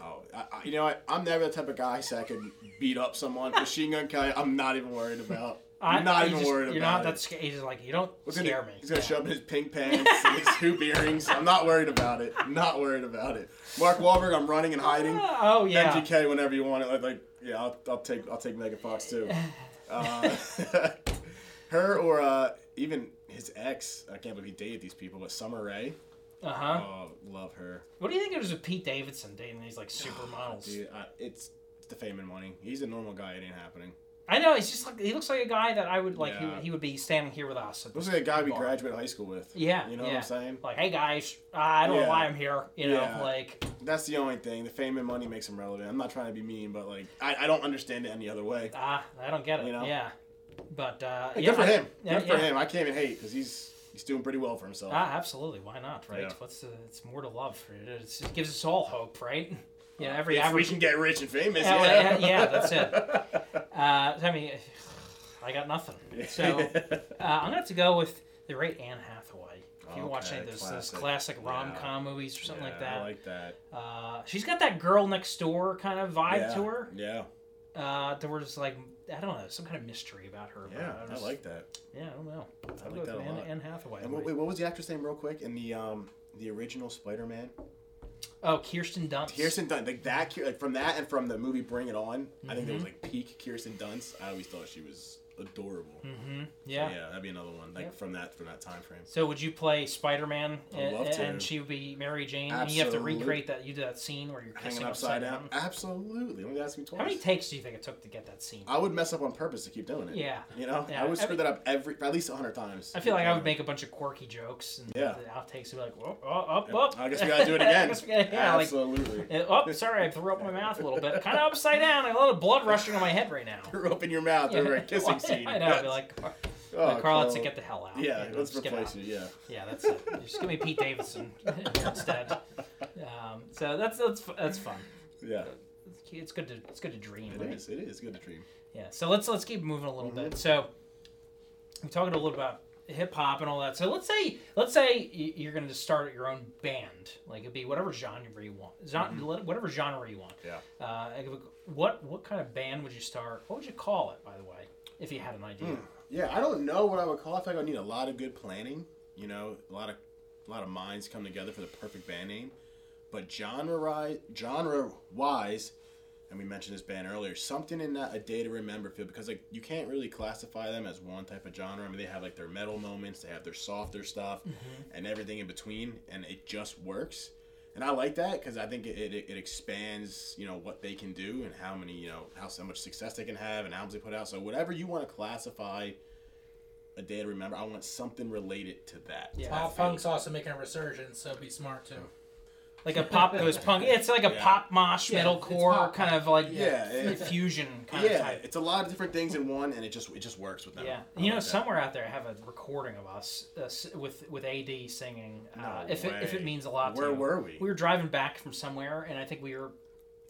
S2: Oh, I, I, you know what? I'm never the type of guy so I could beat up someone. Machine Gun Kelly, I'm not even worried about. I'm
S1: I-
S2: not
S1: you
S2: even
S1: just-
S2: worried
S1: You're
S2: about
S1: not that
S2: it.
S1: scared. He's like, you don't
S2: He's
S1: scare
S2: gonna,
S1: me.
S2: he's gonna
S1: Yeah.
S2: shove in his
S1: <laughs>
S2: pink pants and his hoop earrings. I'm not worried about it. Not worried about it. Mark Wahlberg, I'm running and hiding.
S1: Oh yeah.
S2: MGK whenever you want it. Like, like yeah, I'll, I'll take I'll take Megan Fox too.
S1: <laughs>
S2: Uh, <laughs> her or uh, even his ex. I can't believe he dated these people, but Summer Rae.
S1: Uh huh.
S2: Oh, love her.
S1: What do you think it was with Pete Davidson dating these like supermodels?
S2: Dude, I, it's the fame and money. He's a normal guy. It ain't happening.
S1: I know he's just like he looks like a guy that I would like.
S2: Yeah.
S1: He, he would be standing here with us. at
S2: Looks
S1: this
S2: like a guy we
S1: bar.
S2: graduated high school with.
S1: Yeah,
S2: You know
S1: yeah.
S2: what I'm saying?
S1: Like, hey guys, uh, I don't know
S2: Yeah.
S1: why I'm here. You know,
S2: Yeah.
S1: like
S2: That's the only thing. The fame and money makes him relevant. I'm not trying to be mean, but like I, I don't understand it any other way.
S1: ah, I don't get it.
S2: You know?
S1: Yeah, but uh,
S2: Hey,
S1: yeah,
S2: good for
S1: I-
S2: him.
S1: yeah,
S2: good for
S1: yeah.
S2: him. I can't even hate because he's he's doing pretty well for himself.
S1: Ah, absolutely. Why not? Right?
S2: Yeah.
S1: What's the, it's more to love. It's, it gives us all hope, right? <laughs> You know, every
S2: if
S1: average.
S2: we can get rich and famous.
S1: Yeah,
S2: Yeah,
S1: well, yeah, yeah, that's
S2: <laughs>
S1: it. Uh, I mean, <sighs> I got nothing.
S2: <laughs>
S1: So uh, I'm gonna have to go with the great Anne Hathaway. If you watch any of
S2: Okay,
S1: those, those classic
S2: classic.
S1: rom com movies or something like
S2: Yeah,
S1: that,
S2: I like that.
S1: uh, she's got that girl next door kind of vibe
S2: yeah.
S1: to her.
S2: Yeah,
S1: Uh, there was like I don't know some kind of mystery about her. but
S2: yeah,
S1: I,
S2: I
S1: was-
S2: like that.
S1: Yeah, I don't know. I'll
S2: like
S1: go
S2: that
S1: with
S2: a
S1: Anne,
S2: lot.
S1: Anne Hathaway.
S2: And what, wait, what was the actress name, real quick? In the um the original Spider-Man,
S1: oh, Kirsten Dunst.
S2: Kirsten Dunst, like that, Ki- like from that and from the movie Bring It On. I think that was
S1: Mm-hmm.
S2: like peak Kirsten Dunst. I always thought she was adorable.
S1: hmm
S2: Yeah,
S1: Yeah.
S2: that'd be another one like
S1: Yep.
S2: from that from that time frame.
S1: So would you play Spider Man
S2: I'd love
S1: and,
S2: to.
S1: and she would be Mary Jane? And you have to
S2: Absolute-
S1: recreate that. You do that scene where you're kissing
S2: Hanging upside down.
S1: down.
S2: Absolutely. Only ask me twice.
S1: How many takes do you think it took to get that scene?
S2: I would mess up on purpose to keep doing it.
S1: Yeah.
S2: You know,
S1: Yeah,
S2: I would
S1: I
S2: screw
S1: mean-
S2: that up every at least hundred times.
S1: I feel like I would make a bunch of quirky jokes and
S2: Yeah.
S1: the outtakes would be like, "Whoa, oh, up, up.
S2: I guess we
S1: <laughs>
S2: gotta do it again.
S1: I guess we gotta- yeah, like,
S2: Absolutely. <laughs>
S1: uh, oh, sorry, I threw up my mouth a little bit. Kind of upside down. I got a lot of blood rushing on my head right now.
S2: You're open your mouth over
S1: <laughs>
S2: a kissing scene. Oh,
S1: I know. I'd be like, Car- like, Carl, let's get the hell out.
S2: Yeah,
S1: You know,
S2: let's
S1: just get
S2: replace
S1: out.
S2: it. Yeah.
S1: Yeah, that's it. Just give me Pete
S2: <laughs>
S1: Davidson instead. Um, so that's that's fu- that's fun.
S2: Yeah.
S1: It's, cute. it's good to it's good to dream.
S2: It
S1: right?
S2: is. Mm-hmm. It is good to dream.
S1: Yeah. So let's let's keep moving a little bit. So we're talking a little about hip hop and all that. So let's say let's say y- you're going to start your own band. Like it'd be whatever genre you want. Gen-
S2: Mm-hmm.
S1: Whatever genre you want.
S2: Yeah.
S1: Uh, like, what what kind of band would you start? What would you call it, by the way, if you had an
S2: Hmm.
S1: idea?
S2: Yeah, I don't know what I would call it. I feel like I need a lot of good planning. You know, a lot of a lot of minds come together for the perfect band name. But genre ri- genre wise, and we mentioned this band earlier, something in that a day to remember feel because like you can't really classify them as one type of genre. I mean, they have like their metal moments, they have their softer stuff, and everything in between, and it just works. And I like that because I think it, it, it expands, you know, what they can do and how many, you know, how, how much success they can have and albums they put out. So whatever you want to classify a day to remember, I want something related to that.
S1: Yeah.
S3: Pop punk's also making a resurgence, so be smart too.
S1: Like a pop goes
S3: <laughs>
S1: punk. It's like a
S2: Yeah.
S1: pop mosh
S3: Yeah,
S1: metalcore
S3: it's pop.
S1: kind of like
S2: Yeah,
S1: f-
S2: yeah.
S1: fusion kind of
S2: Yeah,
S1: type.
S2: it's a lot of different things in one, and it just it just works with them.
S1: Yeah,
S2: I
S1: you know,
S2: like that.
S1: somewhere out there, I have a recording of us uh, s- with with AD singing. Uh,
S2: No
S1: if it if it
S2: way.
S1: means a lot.
S2: Where
S1: to you.
S2: were we?
S1: We were driving back from somewhere, and I think we were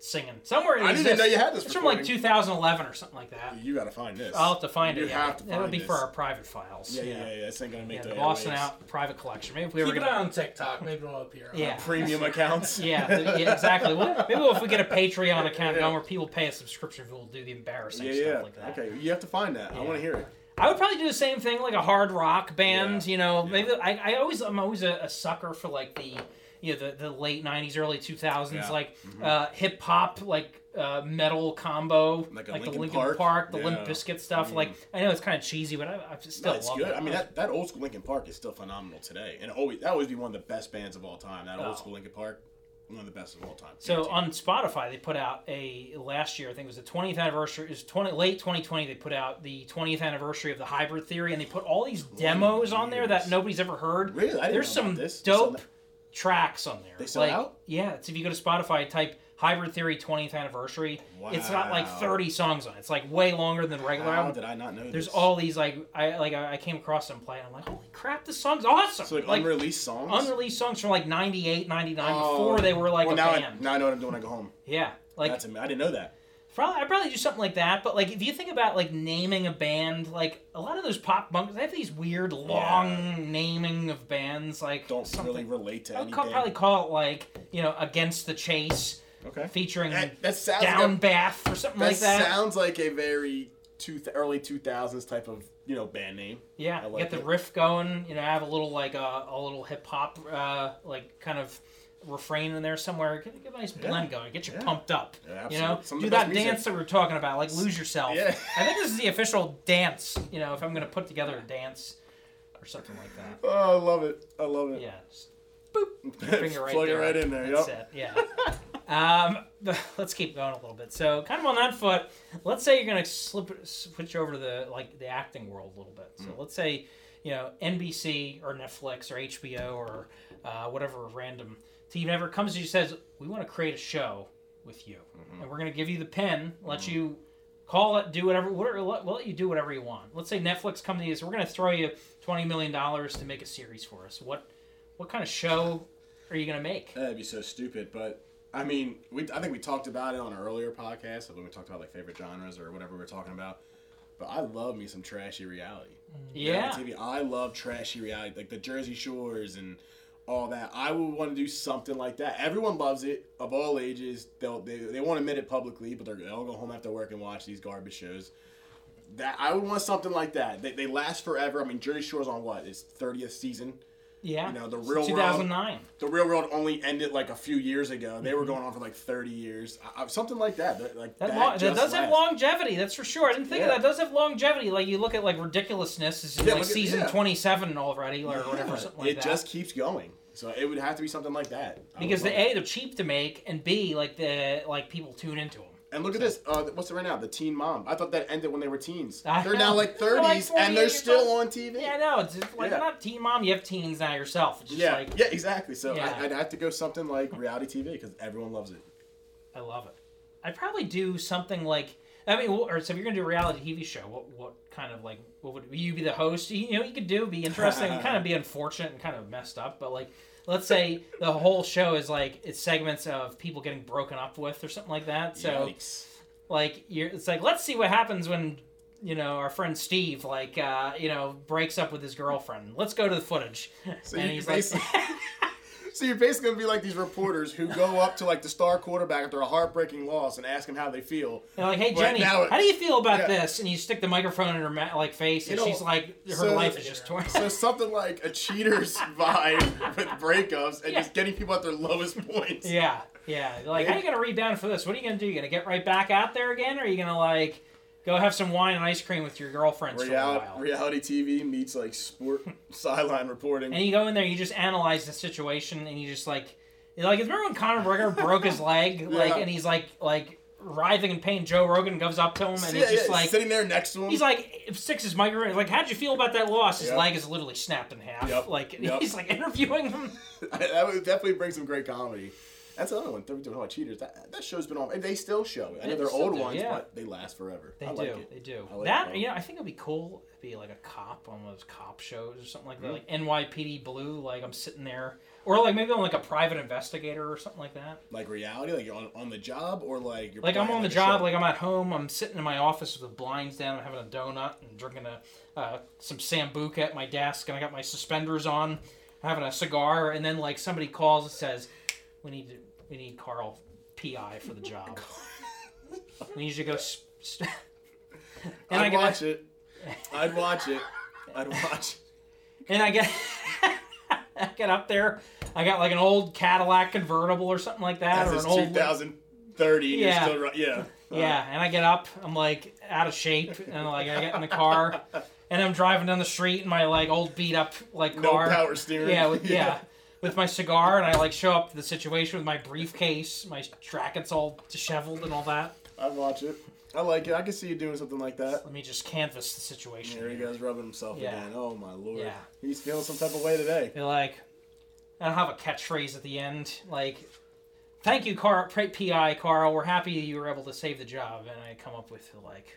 S1: singing somewhere. it
S2: I didn't even
S1: exists.
S2: know you had this
S1: It's from like
S2: recording.
S1: 2011 or something like that.
S2: You gotta find this.
S1: I'll have to find
S2: You
S1: it. yeah.
S2: have to
S1: That'll
S2: find
S1: be for
S2: this.
S1: our private files.
S2: yeah, yeah, yeah, yeah. This ain't gonna make
S1: Yeah,
S2: the,
S1: the Boston
S2: airwaves.
S1: out private collection. Maybe if we
S3: Keep
S1: were
S3: it
S1: gonna,
S3: on TikTok. Maybe it'll appear.
S1: Yeah. <laughs>
S2: premium accounts.
S1: yeah, th- yeah, exactly. Well, maybe if we get a Patreon account going where people pay a subscription, we'll do the embarrassing
S2: Yeah,
S1: stuff
S2: yeah.
S1: like that.
S2: Okay, you have to find that. I want to hear it.
S1: I would probably do the same thing, like a hard rock band.
S2: Yeah.
S1: You know,
S2: Yeah.
S1: maybe I, I always I'm always a, a sucker for like the you know the, the late '90s, early 2000s,
S2: Yeah. Mm-hmm.
S1: like uh, hip hop, like uh, metal combo,
S2: Like a
S1: the
S2: Linkin
S1: Linkin
S2: Park?
S1: the Limp
S2: Yeah. Mm.
S1: Bizkit stuff. Like I know it's kind of cheesy, but I, I still
S2: No, it's
S1: love
S2: good.
S1: it.
S2: I mean, that, that old school Linkin Park is still phenomenal today, and always that always be one of the best bands of all time. That
S1: Oh.
S2: old school Linkin Park, one of the best of all time.
S1: So
S2: Guaranteed.
S1: on Spotify, they put out a last year. I think it was the 20th anniversary. It was 20 late 2020. They put out the 20th anniversary of the Hybrid Theory, and they put all these demos on there that
S2: years.
S1: nobody's ever heard.
S2: Really? I didn't
S1: There's
S2: know about
S1: some
S2: this. They sell
S1: dope
S2: that-
S1: tracks on there. They
S2: sell
S1: like,
S2: out?
S1: Yeah. It's if you go to Spotify, type Hybrid Theory 20th anniversary. It's got like
S2: Wow.
S1: 30 songs on it. It's like way longer than the regular
S2: how
S1: album.
S2: did I not know?
S1: There's
S2: this?
S1: all these like I like I I came across them playing. I'm like, holy crap, this song's awesome.
S2: so like, unreleased songs.
S1: unreleased songs from like 98, 99
S2: Oh.
S1: before they were like
S2: well,
S1: a
S2: now
S1: band.
S2: I, now I know what I'm doing when I go home.
S1: Yeah, like
S2: That's amazing. I didn't know that.
S1: probably I probably do something like that. But like if you think about like naming a band, like a lot of those pop bunks, they have these weird long naming of bands. Like
S2: Don't
S1: something.
S2: really relate to
S1: I
S2: anything.
S1: would call, probably call it like you know against the chase
S2: okay.
S1: featuring
S2: That, that sounds
S1: down
S2: like
S1: bath or something
S2: a, that,
S1: <laughs> like that.
S2: sounds like a very two, early 2000s type of you know band name.
S1: yeah,
S2: I like
S1: get the
S2: it.
S1: riff going. You know, have a little like uh, a little hip hop uh, like kind of refrain in there somewhere. Get, get a nice blend going. Get you
S2: Yeah.
S1: pumped up.
S2: Yeah,
S1: you know,
S2: absolutely. Some of
S1: do
S2: the best
S1: that
S2: music.
S1: dance that we were talking about, like lose yourself.
S2: Yeah.
S1: I think this is the official dance. You know, if I'm gonna put together a dance or something like that.
S2: Oh, I love it. I love it.
S1: Yes.
S2: <laughs>
S1: Finger right
S2: Plug
S1: there.
S2: it right in there.
S1: That's
S2: Yep.
S1: it. Yeah. <laughs> um, let's keep going a little bit. So, kind of on that foot, let's say you're going to slip switch over to the like the acting world a little bit. So, let's say you know NBC or Netflix or HBO or uh, whatever random team ever comes to you and says, "We want to create a show with you, and we're going to give you the pen, let you." Call it, do whatever. We'll let- we'll let you do whatever you want. Let's say Netflix comes to you, so we're going to throw you twenty million dollars to make a series for us. What, what kind of show are you going to make?
S2: That'd be so stupid. But I mean, we I think we talked about it on our earlier podcast when we talked about like favorite genres or whatever we were talking about. But I love me some trashy reality.
S1: Yeah.
S2: reality TV. I love trashy reality, like the Jersey Shores and all that. I would want to do something like that. Everyone loves it of all ages. They'll they, they won't admit it publicly, but they're, they'll go home after work and watch these garbage shows. That I would want something like that. They, they last forever. I mean, Jersey Shore's on what? It's thirtieth season.
S1: Yeah.
S2: You know, the real world-
S1: 2009.
S2: The Real World only ended like a few years ago. They were going on for like thirty years. I, I- something like that. That, like
S1: Mm-hmm. That, lo- that
S2: just
S1: does have
S2: lasts.
S1: longevity, that's for sure. I didn't think of
S2: Yeah.
S1: that. It does have longevity. Like, you look at, like, Ridiculousness. This is,
S2: Yeah,
S1: like,
S2: look at-
S1: season
S2: yeah.
S1: 27 already, or whatever,
S2: Yeah,
S1: something like
S2: it
S1: that.
S2: just keeps going. So it would have to be something like that. I would
S1: because,
S2: love
S1: the
S2: it.
S1: A, they're cheap to make, and B, like, the like people tune into them.
S2: And look at this. Uh, what's it right now? The Teen Mom. I thought that ended when they were teens.
S1: <laughs> I
S2: They're
S1: know.
S2: now like
S1: They're like
S2: 30s, and they're
S1: 48
S2: still
S1: years
S2: on TV.
S1: Yeah, I know. It's just, like,
S2: Yeah.
S1: not teen mom, you have teens now yourself. It's just
S2: yeah,
S1: like,
S2: yeah, exactly. So
S1: Yeah.
S2: I, I'd have to go something like reality TV because everyone loves it.
S1: I love it. I'd probably do something like I mean, wh- or so if you're gonna do a reality TV show, what what kind of like what would you be the host? You, you know, you could do be interesting,
S2: <laughs>
S1: and kind of be unfortunate and kind of messed up, but like let's say the whole show is like it's segments of people getting broken up with or something like that. So
S2: Yikes.
S1: like you're it's like let's see what happens when you know our friend Steve like uh, you know breaks up with his girlfriend. Let's go to the footage.
S2: <laughs> So
S1: and
S2: you
S1: he's like, <laughs>
S2: basically- <laughs> So you're basically gonna be like these reporters who go up to like the star quarterback after a heartbreaking loss and ask him how they feel.
S1: They're like, hey
S2: Right
S1: Jenny,
S2: now it-
S1: how do you feel about
S2: yeah.
S1: this? And you stick the microphone in her ma- like face, and
S2: You know,
S1: she's like, her
S2: so-
S1: life is just torn.
S2: So something like a cheater's vibe with breakups and just getting people at their lowest
S1: <laughs>
S2: points.
S1: yeah, yeah. They're like, how are you gonna rebound for this? What are you gonna do? You gonna get right back out there again, or are you gonna like go have some wine and ice cream with your girlfriends for a
S2: Real-
S1: while?
S2: reality TV meets like sport sideline reporting.
S1: and you go in there, you just analyze the situation, and you just like, you're like, remember when Conor McGregor broke his leg,
S2: <laughs>
S1: like,
S2: Yeah.
S1: and he's like, like writhing in pain. Joe Rogan goes up to him, and
S2: So,
S1: he's
S2: yeah,
S1: just
S2: yeah,
S1: like,
S2: sitting there next to him.
S1: He's like six is micro. Like, how'd you feel about that loss? His
S2: Yep.
S1: leg is literally snapped in half.
S2: Yep.
S1: Like <laughs>
S2: Yep.
S1: he's like interviewing them.
S2: <laughs> that would definitely bring some great comedy. That's another one. Thirty Two Hot Cheaters. That, that show's been on, and they still show. it. I
S1: They
S2: know they're
S1: still
S2: old
S1: do,
S2: ones,
S1: yeah.
S2: but they last forever.
S1: They
S2: I
S1: do.
S2: like it.
S1: They do.
S2: I like
S1: that
S2: it.
S1: you know, I think it'd be cool. It'd be like a cop on one of those cop shows or something
S2: Mm-hmm.
S1: like that, like NYPD Blue. Like I'm sitting there, or like maybe I'm like a private investigator or something like that.
S2: Like reality, like you're on, on the job, or like you're
S1: Like I'm
S2: playing
S1: on the
S2: a
S1: job,
S2: show.
S1: like I'm at home, I'm sitting in my office with the blinds down, I'm having a donut and drinking a uh, some sambuca at my desk, and I got my suspenders on, having a cigar, and then like somebody calls and says, "We need to, we need Carl PI for the
S2: <laughs>
S1: job. we need you to go." Sp- st-" and
S2: I'd
S1: I get
S2: watch it. I'd watch it. I'd watch.
S1: <laughs> and I get <laughs> I get up there, I got like an old Cadillac convertible or something like that,
S2: As
S1: or
S2: it's
S1: an old
S2: 2030, and
S1: Yeah.
S2: you're still right. Yeah.
S1: Yeah, and I get up, I'm like out of shape, and like I get in the car, and I'm driving down the street in my like old beat up like
S2: Uh, No
S1: car.
S2: power steering.
S1: Yeah,
S2: <laughs>
S1: with, yeah. with my cigar, and I like show up to the situation with my briefcase, my jacket's all disheveled and all that.
S2: I'd watch it. I like it. I can see you doing something like that.
S1: Let me just canvas the situation.
S2: There he goes, rubbing himself
S1: Yeah.
S2: again. Oh my lord.
S1: Yeah.
S2: He's feeling some type of way today.
S1: They're like, I don't have a catchphrase at the end. Like, thank you, Carl, P- PI Carl. We're happy you were able to save the job. And I come up with like,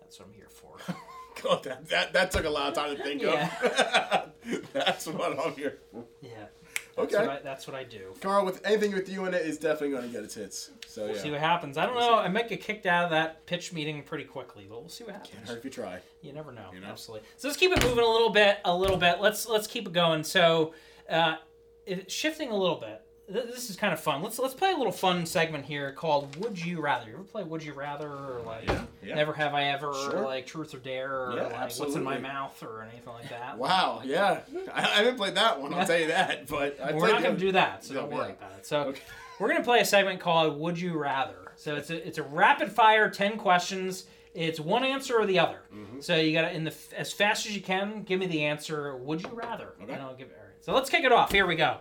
S1: that's what I'm here
S2: <laughs>
S1: for. <laughs>
S2: God, that, that, that took a lot of time to think of. <laughs> That's what I'm here. for.
S1: Yeah. That's,
S2: Okay.
S1: what, I, that's what I do.
S2: Carl, with anything with you in it is definitely going to get its hits. So
S1: We'll see
S2: yeah.
S1: what happens. I don't know. I might get kicked out of that pitch meeting pretty quickly, but we'll see what
S2: Can't
S1: happens.
S2: hurt if you try.
S1: You never know.
S2: You know?
S1: Absolutely. So let's keep it moving a little bit, a little bit. Let's let's keep it going. So, uh, it, shifting a little bit. Th- This is kind of fun. Let's let's play a little fun segment here called "Would You Rather." You ever play "Would You Rather" or like
S2: Yeah, yeah.
S1: "Never Have I Ever" or
S2: Sure.
S1: like "Truth or Dare" or
S2: Yeah,
S1: like "What's in My
S2: absolutely.
S1: Mouth" or anything like that?
S2: Wow, yeah. I, I haven't played that one, I'll tell you that. But I
S1: But we're not
S2: played the
S1: going to do that, so
S2: No,
S1: don't
S2: yeah.
S1: worry about it. So
S2: Okay.
S1: we're going to play a segment called "Would You Rather." So it's a it's a rapid fire ten questions. It's one answer or the
S2: Mm-hmm.
S1: other. So you got to in the f- as fast as you can. Give me the answer. Would you rather?
S2: Okay.
S1: And I'll give. All right. So let's kick it off. Here we go.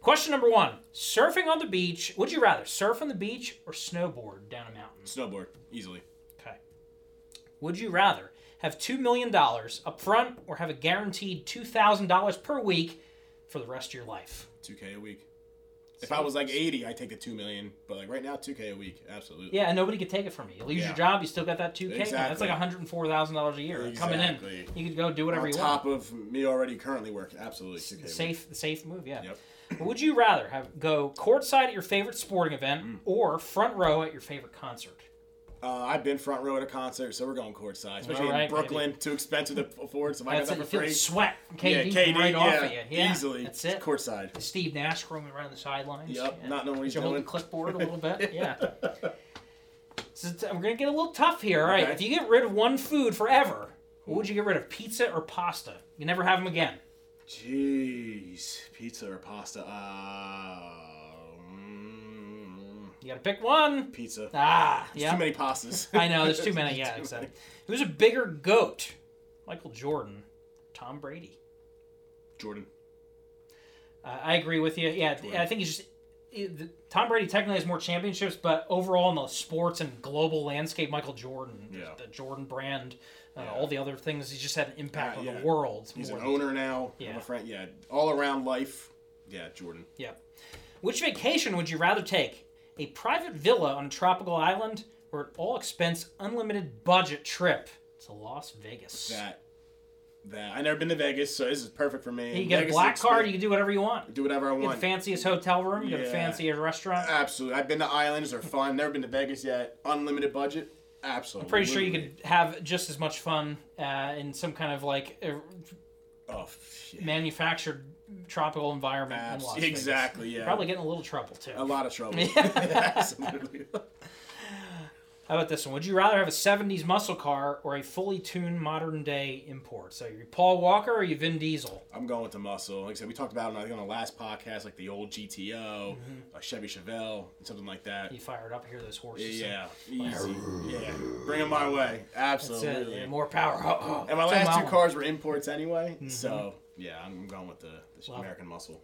S1: Question number one: Surfing on the beach. Would you rather surf on the beach or snowboard down a mountain?
S2: Snowboard, easily.
S1: Okay. Would you rather have $2 million up front or have a guaranteed $2,000 per week for the rest of your life?
S2: 2K a week. If I was like 80, I'd take the 2 million. But like right now, 2K a week. Absolutely.
S1: Yeah, and nobody could take it from you. You lose
S2: Yeah.
S1: your job, you still got that 2K. That's
S2: Exactly.
S1: like $104,000 a year coming
S2: Exactly.
S1: in. You could go do whatever
S2: On
S1: you
S2: top of me already currently working. Absolutely. 2K a
S1: want.
S2: week.
S1: Safe, safe move, yeah.
S2: Yep.
S1: Would you rather have go courtside at your favorite sporting event
S2: Mm.
S1: or front row at your favorite concert?
S2: Uh, I've been front row at a concert, so we're going courtside. Especially
S1: Alright,
S2: in Brooklyn, too expensive to afford, so I got
S1: That's it.
S2: that for
S1: You feel
S2: free.
S1: the sweat from KD, right
S2: yeah,
S1: off of you. Yeah,
S2: easily.
S1: That's it.
S2: Courtside.
S1: Steve Nash roaming around the sidelines.
S2: Yep,
S1: Yeah.
S2: not knowing what he's
S1: Did you hold the
S2: doing.
S1: clipboard a little bit?
S2: <laughs>
S1: Yeah. So it's- we're gonna get a little tough here. All right.
S2: Okay.
S1: If you get rid of one food forever, what would you get rid of? Pizza or pasta? You never have them again.
S2: Jeez, pizza or pasta? Uh, mm,
S1: You gotta pick one.
S2: pizza.
S1: Ah,
S2: There's
S1: yeah.
S2: Too many pastas.
S1: <laughs> I know. There's too many. Yeah,
S2: Too
S1: exactly. Who's a bigger goat? Michael Jordan, Tom Brady.
S2: <laughs> Jordan.
S1: Uh, I agree with you. Yeah, th-
S2: Jordan.
S1: I think he's just. he- the- Tom Brady technically has more championships, but overall in the sports and global landscape, Michael Jordan,
S2: Yeah.
S1: the Jordan brand, uh,
S2: Yeah.
S1: all the other things, he's just had an impact
S2: Uh,
S1: on
S2: yeah.
S1: the world.
S2: He's
S1: more
S2: an
S1: than-
S2: owner now. Yeah.
S1: Yeah.
S2: I'm a friend. Yeah, all around life. Yeah, Jordan.
S1: Yeah. Which vacation would you rather take? A private villa on a tropical island or an all expense, unlimited budget trip to Las Vegas?
S2: That. That. I never been to Vegas, so this is perfect for me.
S1: you get
S2: Vegas
S1: a
S2: is
S1: black card, you
S2: expen-
S1: can do whatever you want.
S2: do whatever I
S1: You get the
S2: want.
S1: fanciest hotel room, you get the
S2: Yeah.
S1: fanciest restaurant.
S2: Absolutely. I've been to islands. They're fun. Never been to Vegas yet. Unlimited budget. Absolutely.
S1: Pretty sure you could have just as much fun uh, in some kind of like a
S2: Oh, shit.
S1: manufactured tropical environment in Las
S2: Abs-
S1: Vegas.
S2: exactly. Yeah.
S1: Probably get in a little trouble too.
S2: a lot of trouble. <laughs> Absolutely.
S1: How about this one? Would you rather have a 70s muscle car or a fully tuned modern day import? So you're Paul Walker or you Vin Diesel?
S2: I'm going with the muscle. Like I said, we talked about it, I think on the last podcast, like the old GTO,
S1: Mm-hmm.
S2: a Chevy Chevelle, something like that.
S1: You fired up, hear those horses.
S2: Yeah, easy. Yeah, bring them my way.
S1: That's it.
S2: Absolutely.
S1: Yeah, uh, More power. <laughs> Oh, oh.
S2: And my
S1: It's a
S2: last two
S1: mile.
S2: cars were imports anyway, so yeah, I'm going with the, the
S1: Mm-hmm. Love it.
S2: American muscle.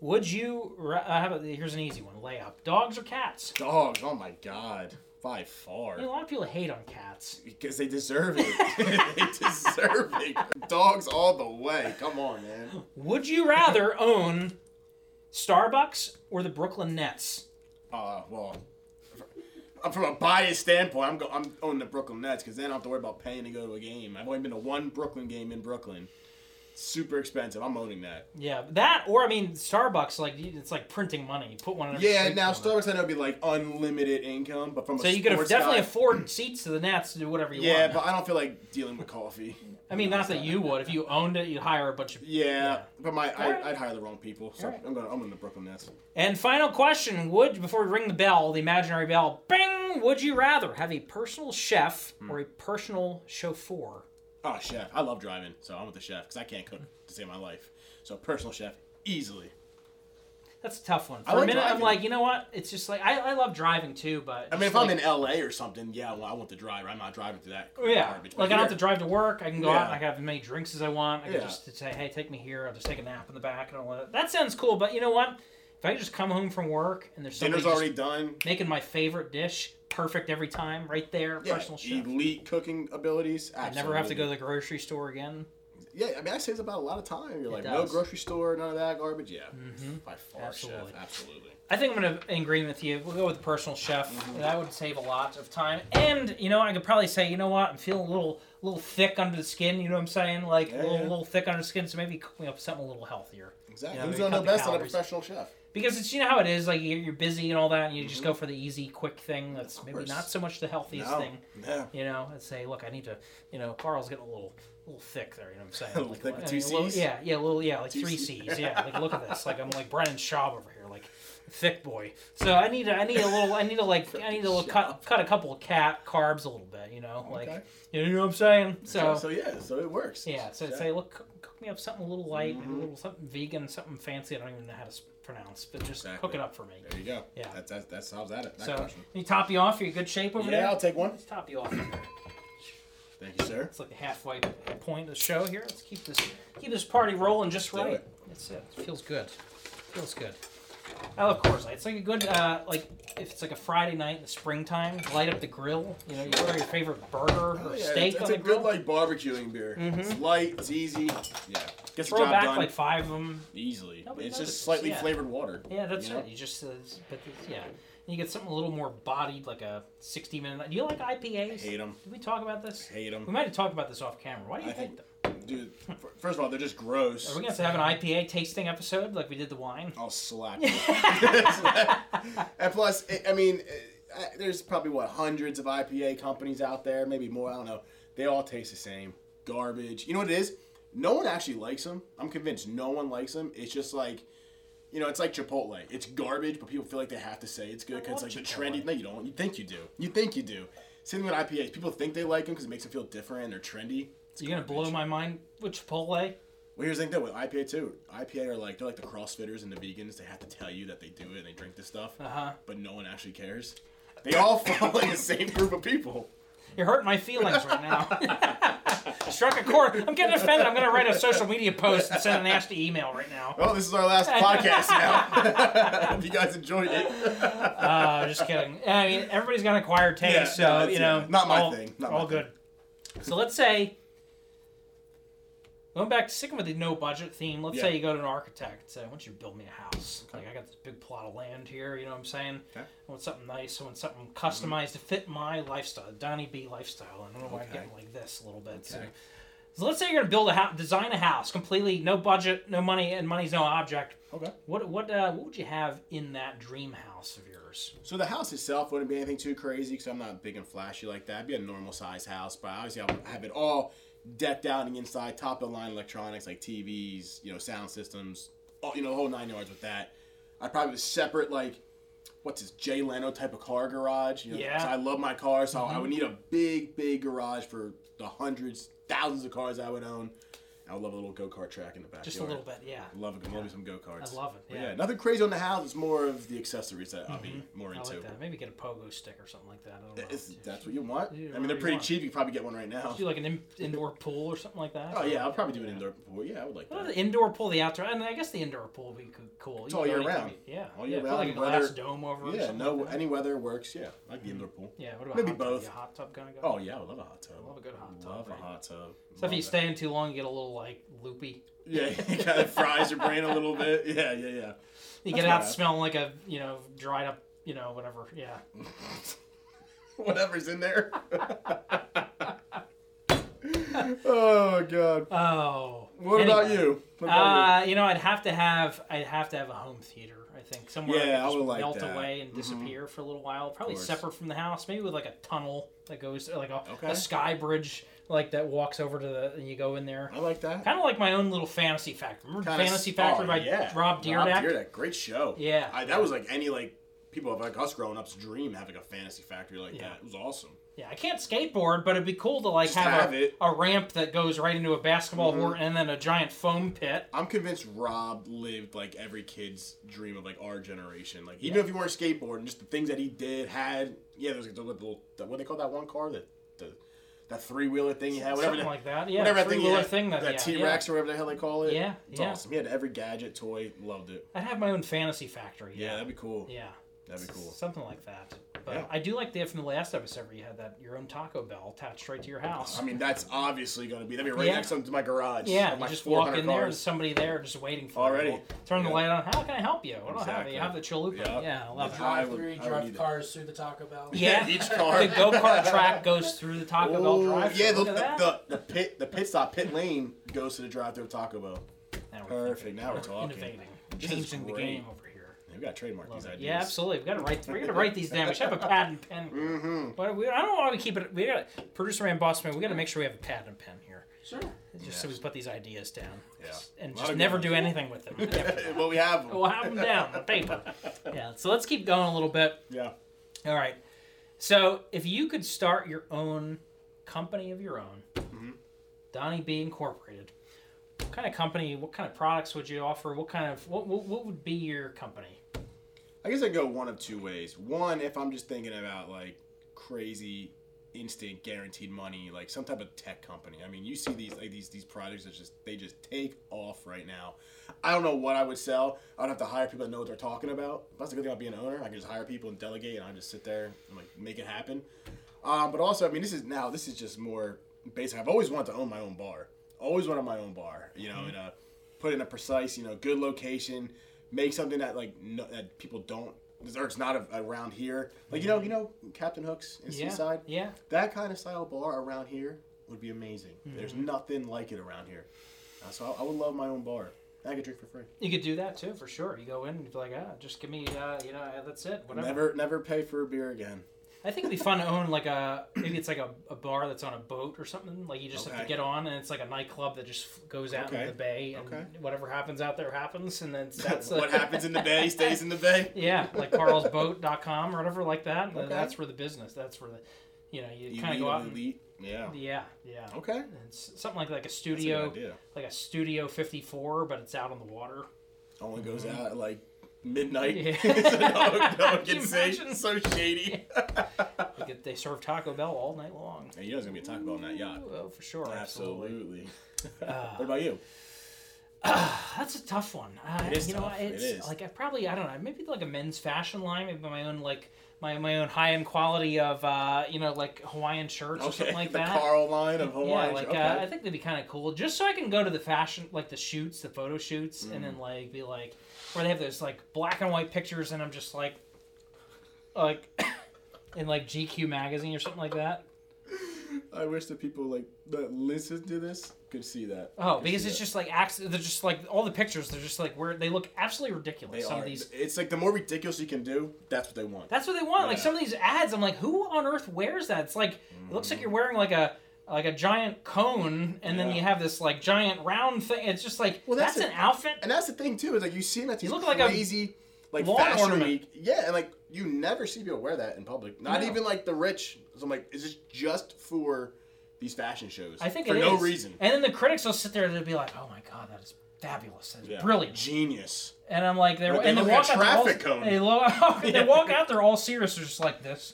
S1: Would you? ra- Uh, how about here's an easy one. Layup. Dogs or cats?
S2: Dogs. Oh my god, by far.
S1: I mean, a lot of people hate on cats.
S2: Because they deserve it. <laughs> they deserve it. Dogs all the way. Come on, man.
S1: Would you
S2: <laughs>
S1: rather own Starbucks or the Brooklyn Nets?
S2: Uh, well, I'm from a biased standpoint. I'm go- I'm owning the Brooklyn Nets because then I don't have to worry about paying to go to a game. I've only been to one Brooklyn game in Brooklyn. Super expensive. I'm owning that.
S1: Yeah, that or I mean Starbucks. Like you- it's like printing money. You put one in. every
S2: Yeah.
S1: street
S2: Now
S1: corner.
S2: Starbucks, I know, would be like unlimited income, but from a
S1: So you could
S2: sports
S1: definitely
S2: guy-
S1: afford seats to the Nets to do whatever you
S2: Yeah,
S1: want.
S2: but I don't feel like dealing with coffee.
S1: <laughs> I mean, not
S2: <laughs>
S1: that you would. If you owned it, you'd hire a bunch of.
S2: Yeah, but my
S1: Alright.
S2: I, I'd hire the wrong people. So
S1: Alright.
S2: I'm gonna I'm owning the Brooklyn Nets.
S1: And final question: Would before we ring the bell, the imaginary bell, bing? Would you rather have a personal chef
S2: Hmm.
S1: or a personal chauffeur?
S2: Oh, chef. I love driving, so I'm with the chef because I can't cook to save my life. So personal chef, easily.
S1: That's a tough one. For
S2: I
S1: a
S2: like
S1: minute, I'm
S2: driving.
S1: like, you know what? It's just like I, I love driving too, but
S2: I mean, if
S1: like,
S2: I'm in LA or something, yeah, well, I want the driver. I'm not driving through that.
S1: Oh, yeah,
S2: garbage.
S1: like I
S2: But
S1: don't have to
S2: here-
S1: drive to work. I can go out and
S2: Yeah.
S1: I can have as many drinks as I want. I can
S2: Yeah.
S1: just say, hey, take me here. I'll just take a nap in the back and all that. That sounds cool, but you know what? If I could just come home from work and there's somebody
S2: Dinner's
S1: just
S2: already done.
S1: making my favorite dish perfect every time, right there,
S2: Yeah,
S1: personal chef.
S2: elite cooking abilities.
S1: I
S2: Absolutely.
S1: never have to go to the grocery store again.
S2: Yeah, I mean, that saves about a lot of time. You're like, no
S1: does. Mm-hmm.
S2: grocery store, none of that garbage. Yeah, by far,
S1: Absolutely.
S2: chef. Absolutely.
S1: I think I'm gonna in agreement with you. We'll go with the personal chef.
S2: Mm-hmm.
S1: That would save a lot of time. And you know, I could probably say, you know what, I'm feeling a little, little thick under the skin. You know what I'm saying? Like a
S2: Yeah,
S1: little,
S2: yeah.
S1: little thick under the skin. So maybe cook me up something a little healthier.
S2: Exactly.
S1: Yeah,
S2: Who's
S1: they
S2: gonna know
S1: cut the
S2: best than a
S1: calories.
S2: professional chef?
S1: Because it's you know how it is. Like you're, you're busy and all that, and you just go for the easy, quick thing. That's maybe
S2: Mm-hmm. course.
S1: not so much the healthiest
S2: No.
S1: thing.
S2: Yeah.
S1: You know, and say, look, I need to. You know, Carl's getting a little, little thick there. You know what I'm saying?
S2: <laughs> A little
S1: Like,
S2: thick with
S1: I
S2: two
S1: mean, a little-
S2: Cs?
S1: yeah, yeah, a little, yeah, like
S2: Two
S1: three
S2: Cs.
S1: C's. Yeah, like look at this. Like I'm like Brennan Schaub over here, like thick boy. So I need, to, I need a little, I need to
S2: <laughs>
S1: like, I need to little cut, cut a couple of cat carbs a little bit. You know, like,
S2: Okay.
S1: you know what I'm saying? So,
S2: so yeah, so it works.
S1: yeah, so
S2: Chef.
S1: say, look, cook, cook me up something a little light,
S2: Mm-hmm.
S1: maybe a little something vegan, something fancy. I don't even know how to s- pronounce, but just cook
S2: Exactly.
S1: it up for me.
S2: There you go.
S1: Yeah.
S2: That that, that solves that that
S1: So,
S2: question.
S1: you top you off. You're in good shape over
S2: Yeah,
S1: there.
S2: I'll take one.
S1: Let's top you off.
S2: Thank you, sir.
S1: It's like the halfway point of the show here. Let's keep this keep this party rolling just
S2: Do
S1: right.
S2: it.
S1: It's it. Feels good.
S3: Feels good.
S1: I love Coors Light. It's like a good, uh, like if it's like a Friday night in the springtime, light up the grill. You know, you order your favorite burger
S2: Oh,
S1: or
S2: yeah,
S1: steak on
S2: it's, it's
S1: the
S2: a
S1: grill.
S2: good like barbecuing beer. It's light, it's easy. Yeah, gets the
S1: Throw
S2: job
S1: back
S2: done
S1: like five of them.
S2: easily.
S1: Nobody
S2: It's
S1: notices,
S2: just slightly
S1: yeah.
S2: flavored water.
S1: Yeah, that's
S2: you know?
S1: it. You just, uh, s- but it's, yeah, and you get something a little more bodied, like a sixty-minute. Do you like IPAs?
S2: Hate 'em.
S1: Did we talk about this?
S2: Hate
S1: <laughs>
S2: 'em.
S1: We might have talked about this off camera. Why do you
S2: I
S1: hate
S2: think-
S1: them?
S2: Dude, f- first of all, they're just gross.
S1: Are we gonna have to have an IPA tasting episode like we did the <laughs> wine?
S2: I'll slap you. and plus, i I mean, eh, I, there's probably what hundreds of IPA companies out there, maybe more. I don't know. They all taste the same, garbage. You know what it is? No one actually likes them. I'm convinced no one likes them. It's just like, you know, it's like Chipotle. It's garbage, but people feel like they have to say it's good
S1: I
S2: because
S1: love
S2: it's like
S1: Chipotle.
S2: the trendy. No, you don't. You think you do. You think you do. Same thing with IPAs. People think they like them because it makes them feel different. They're trendy.
S1: You're gonna blow my mind with Chipotle.
S2: Well, here's the thing though with IPA too. IPA are like they're like the CrossFitters and the vegans. They have to tell you that they do it and they drink this stuff,
S1: Uh-huh.
S2: but no one actually cares. They all fall in the same group of people.
S1: You're hurting my feelings right now.
S2: <laughs>
S1: Struck a chord. I'm getting offended. I'm gonna write a social media post and send a nasty email right now.
S2: Well, Oh, this is our last podcast now. <laughs> Hope you guys enjoyed it.
S1: Uh, just kidding. I mean, everybody's got an acquired taste,
S2: Yeah,
S1: so
S2: no, that's-
S1: you know,
S2: yeah, not my
S1: all,
S2: thing, not my
S1: all good. So let's say going back, sticking with the no budget theme. Let's
S2: Yeah.
S1: say you go to an architect. and Say, I want you to build me a house. Like I got this big plot of land here. You know what I'm saying?
S2: Okay.
S1: I want something nice. I want something customized to fit my lifestyle, Donnie B lifestyle. And I don't know why I'm
S2: Okay.
S1: getting like this a little bit. So.
S2: Okay.
S1: so let's say you're gonna build a house, design a house, completely no budget, no money, and money's no object.
S2: Okay.
S1: What what uh, what would you have in that dream house of yours?
S2: So the house itself wouldn't be anything too crazy because I'm not big and flashy like that. It'd be a normal size house, but obviously I would have it all decked out and inside, top of the line electronics like TVs, you know, sound systems, all, you know, the whole nine yards with that. I'd probably have a separate like, what's this Jay Leno type of car garage? You know, 'cause
S1: Yeah. Mm-hmm.
S2: I love my car, so I would need a big, big garage for the hundreds, thousands of cars I would own. I would love a little go kart track in the backyard.
S1: Just a little bit, yeah.
S2: Love it. Love me some go karts.
S1: I love it, yeah. Mm-hmm.
S2: yeah, nothing crazy on the house. It's more of the accessories that I'll be more
S1: I
S2: into.
S1: like that. Maybe get a pogo stick or something like that. I don't know.
S2: Is, that's what you
S1: Yeah,
S2: want? I mean, they're
S1: whatever you
S2: pretty
S1: want.
S2: cheap. You could probably get one right now.
S1: Do like an
S2: <laughs>
S1: in- indoor pool or something like that.
S2: Oh, yeah, I'll probably do an indoor pool. Yeah, I would like
S1: What about
S2: that.
S1: the indoor pool, the outdoor, and I guess the indoor pool would be coo- cool. It's
S2: all year round.
S1: Yeah,
S2: All year
S1: yeah, put
S2: round,
S1: Like a
S2: weather-
S1: glass dome over. it or
S2: Yeah,
S1: something
S2: no,
S1: like that.
S2: any weather works. Yeah, I like the indoor pool.
S1: Yeah, what about
S2: maybe
S1: hot tub?
S2: both.
S1: You a hot tub kind of guy.
S2: Oh, yeah, I would love a hot tub.
S1: Love a good hot tub,
S2: Love
S1: right?
S2: a hot tub.
S1: So if
S2: Love
S1: you
S2: it.
S1: stay in too long, you get a little like loopy.
S2: Yeah, <laughs> it kind of fries your brain
S1: <laughs>
S2: a little bit. Yeah, yeah, yeah. <laughs>
S1: You
S2: That's
S1: get out
S2: bad.
S1: smelling like a you know dried up you know whatever. Yeah.
S2: Whatever's
S1: <laughs>
S2: in there. <laughs> oh, God. <laughs>
S1: Oh.
S2: What about
S1: anyway.
S2: you? What about you?
S1: Uh, you know, I'd have to have I'd have to have a home theater. I think somewhere
S2: Yeah,
S1: I
S2: I
S1: could
S2: would
S1: just
S2: like
S1: melt
S2: that. Mm-hmm.
S1: away and disappear for a little while. Probably
S2: course.
S1: separate from the house, maybe with like a tunnel that goes like a,
S2: Okay.
S1: a sky bridge, like that walks over to the and you go in there.
S2: I like that.
S1: Kind of like my own little fantasy factory. Remember
S2: Kinda
S1: Fantasy
S2: s-
S1: Factory
S2: oh,
S1: by
S2: yeah.
S1: Rob Deerdack?
S2: Great show.
S1: Yeah.
S2: I, that was like any like people like us growing up's dream having a fantasy factory like
S1: Yeah.
S2: that. It was awesome.
S1: Yeah, I can't skateboard, but it'd be cool to like
S2: Just
S1: have,
S2: have
S1: a,
S2: it. Mm-hmm.
S1: a ramp that goes right into a basketball court and then a giant foam pit.
S2: I'm convinced Rob lived like every kid's dream of like our generation. Like even
S1: Yeah.
S2: if you weren't skateboarding, just the things that he did had. Yeah, there's like the little the, what do they call that one car that the that three wheeler thing you had, whatever.
S1: Something
S2: the-
S1: like that. Yeah,
S2: Whatever that
S1: three
S2: thing,
S1: wheeler
S2: yeah,
S1: thing that,
S2: that
S1: yeah,
S2: T Rex or whatever the hell they call it.
S1: Yeah,
S2: it's
S1: yeah.
S2: awesome. He had every gadget, toy, loved it.
S1: Yeah. I'd have my own fantasy factory.
S2: Yeah, that'd be cool.
S1: Yeah.
S2: That'd be cool.
S1: Something like that. But
S2: Yeah.
S1: I do like the from the last episode where you had that your own Taco Bell attached right to your house.
S2: I mean, that's obviously gonna be that'd be right
S1: Yeah.
S2: next to my garage.
S1: yeah,
S2: of my
S1: you just walk
S2: 400
S1: in there and
S2: cars.
S1: somebody there just waiting for
S2: Already.
S1: you. Turn the
S2: Yeah.
S1: light on. How can I help you? What do I have?
S2: Exactly.
S1: You have the chalupa.
S2: Yeah.
S1: Yeah,
S2: <laughs>
S1: I love that.
S2: Yeah. I
S3: Drive
S2: would-
S3: through,
S2: I would
S3: drive
S2: either.
S3: cars through the Taco Bell.
S1: Yeah.
S2: each car.
S1: The
S2: <laughs>
S1: go kart track goes through the Taco Bell
S2: Ooh,
S1: drive.
S2: Yeah, the,
S1: Look at that.
S2: the, the pit the pit stop pit lane goes to the drive through Taco Bell.
S1: Now we're
S2: Perfect. Now we're talking.
S1: innovating,
S2: This is
S1: changing the
S2: great.
S1: game over here.
S2: We gotta trademark
S1: Love
S2: these
S1: it.
S2: ideas.
S1: Yeah, absolutely. We've got to write. We're gonna write these down. We should have a pad and pen.
S2: <laughs> Mm-hmm.
S1: But we, I don't know why we keep it. We got producer and boss man. We got to make sure we have a pad and pen here.
S3: Sure.
S1: Just so we put these ideas down.
S2: Yeah.
S1: And
S2: Lot
S1: just
S2: of
S1: never
S2: good
S1: do anything with
S2: <laughs>
S1: them. Never.
S2: well, we have them.
S1: we'll have them down on paper.
S2: <laughs>
S1: Yeah. So let's keep going a little bit.
S2: Yeah.
S1: All right. So if you could start your own company of your own,
S2: Mm-hmm.
S1: Donnie B Incorporated, what kind of company? What kind of products would you offer? What kind of what what, what would be your company?
S2: I guess I go one of two ways. One, if I'm just thinking about like crazy instant guaranteed money, like some type of tech company. I mean, you see these like these these projects that just they just take off right now. I don't know what I would sell. I'd have to hire people that know what they're talking about. But that's the good thing about being an owner. I can just hire people and delegate, and I just sit there and like make it happen. Um, but also, I mean, this is now this is just more basic. I've always wanted to own my own bar. Always wanted my own bar. You know, and uh, put in a precise, you know, good location. Make something that like no, that people don't. Or it's not a, around here. Like you know, you know, Captain Hook's in
S1: Yeah.
S2: Seaside.
S1: Yeah.
S2: That kind of style bar around here would be amazing.
S1: Hmm.
S2: There's nothing like it around here. Uh, so I, I would love my own bar. I could drink for free.
S1: You could do that too, for sure. You go in and be like, ah, just give me, uh, you know, that's it. Whatever.
S2: Never, never pay for a beer again. <laughs>
S1: I think it'd be fun to own like a maybe it's like a, a bar that's on a boat or something. Like you just have to
S2: Okay.
S1: get on, and it's like a nightclub that just f- goes out
S2: Okay.
S1: into the bay, and
S2: Okay.
S1: whatever happens out there happens,
S2: <laughs>
S1: and then that's
S2: what happens in the bay stays in the bay.
S1: <laughs> Yeah, like carlsboat.com or whatever like that. and
S2: Okay.
S1: That's where the business. That's where the, you know, you,
S2: You
S1: kind
S2: lead
S1: of go out.
S2: an
S1: And,
S2: elite. Yeah.
S1: yeah, yeah.
S2: Okay.
S1: And It's something like like a
S2: That's a good
S1: studio,
S2: idea.
S1: like a Studio 54, but it's out on the water.
S2: Only goes out at like midnight.
S1: Mm-hmm. Yeah.
S2: <laughs> so no,
S1: <laughs>
S2: one- no one
S1: Can you
S2: gets seen.
S1: imagine?
S2: So shady.
S1: They get- They serve Taco Bell all night long.
S2: And you know it's gonna be a Taco Bell on that yacht.
S1: Oh, for sure, absolutely.
S2: Absolutely. what about you?
S1: That's a tough one. Uh,
S2: It is
S1: you know,
S2: tough. It
S1: it's
S2: is.
S1: like I probably I don't know. Maybe like a men's fashion line. Maybe my own like my my own high end quality of uh, you know like Hawaiian shirts or something like
S2: <laughs> the
S1: that.
S2: Carl line of Hawaii.
S1: yeah, like
S2: okay.
S1: uh, I think that'd be kind of cool, just so I can go to the fashion, like the shoots, the photo shoots,
S2: Mm.
S1: and then like be like, where they have those like black and white pictures, and I'm just like, like, <coughs> in like GQ magazine or something like that.
S2: I wish the people like that listen to this could see that.
S1: Oh,
S2: Could
S1: because
S2: see
S1: it's
S2: that.
S1: just like acts. They're just like all the pictures. They're just like where they look absolutely ridiculous.
S2: they
S1: some
S2: are.
S1: of these
S2: It's like the more ridiculous you can do, that's what they want.
S1: That's what they want. Like
S2: Yeah. Mm-hmm.
S1: some of these ads, I'm like, who on earth wears that? It's like it looks like you're wearing like a like a giant cone, and then
S2: Yeah.
S1: you have this like giant round thing. It's just like
S2: Well,
S1: that's,
S2: that's
S1: an
S2: it.
S1: outfit.
S2: and that's the thing too is like you see them at these
S1: You look like a
S2: crazy like,
S1: lawn
S2: fashion
S1: ornament.
S2: week. Yeah, and like you never see people wear that in public. Not
S1: No.
S2: even like the rich. So I'm like, is this just for these fashion shows?
S1: I think
S2: for
S1: it
S2: no
S1: is.
S2: reason.
S1: And then the critics will sit there and they'll be like, oh my god, that is fabulous, that's
S2: Yeah.
S1: brilliant.
S2: Genius.
S1: And I'm like, they're
S2: But they
S1: and they
S2: look at
S1: walk out they're
S2: traffic
S1: all,
S2: cone.
S1: They, lo- <laughs> they
S2: <laughs> Yeah.
S1: walk out, they're all serious. They're just like this.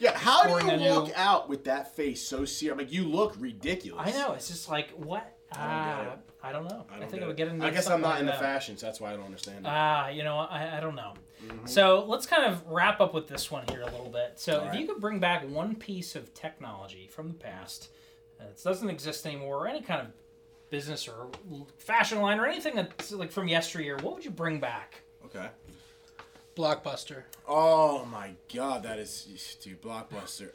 S2: Yeah, how do
S1: Pouring
S2: you
S1: a new-
S2: walk out with that face so serious? Like you look ridiculous.
S1: I know. It's just like what.
S2: I don't
S1: Ah,
S2: get it.
S1: I don't know. I,
S2: don't
S1: think
S2: it.
S1: I would get into.
S2: I guess
S1: something
S2: I'm not
S1: like
S2: in the
S1: that.
S2: fashion, so that's why I don't understand it.
S1: Ah, you know, I, I don't know. So let's kind of wrap up with this one here a little bit. So if
S2: right.
S1: you could bring back one piece of technology from the past uh, that doesn't exist anymore, or any kind of business or l- fashion line or anything that's like from yesteryear, what would you bring back?
S2: okay.
S3: Blockbuster.
S2: Oh my god, that is dude, Blockbuster.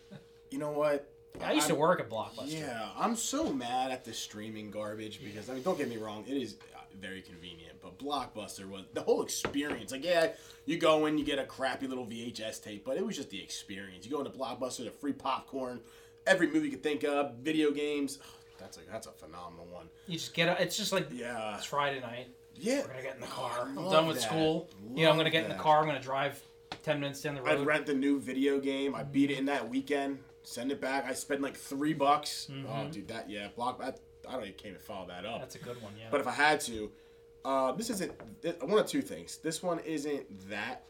S2: You know what?
S1: I used to
S2: I'm-
S1: work at Blockbuster.
S2: Yeah, I'm so mad at the streaming garbage because I mean, don't get me wrong, it is uh, very convenient, but Blockbuster was the whole experience. Like, yeah, you go in, you get a crappy little VHS tape, but it was just the experience. You go into Blockbuster, the free popcorn, every movie you could think of, video games. that's a that's a phenomenal one.
S1: You just get a, it's just like
S2: Yeah,
S1: it's Friday night.
S2: yeah.
S1: We're gonna get in the car. I'm
S2: love
S1: done with
S2: that.
S1: school. you know, I'm
S2: Love
S1: gonna get in the
S2: that.
S1: car. I'm gonna drive ten minutes down the road.
S2: I'd rent the new video game. I beat it in that weekend. Send it back. I spend like three bucks. Oh, dude, that yeah, block. I, I don't even can't even follow that up.
S1: Mm-hmm. That's a good one. Yeah.
S2: but if I had to, uh, this isn't th- one of two things. This one isn't that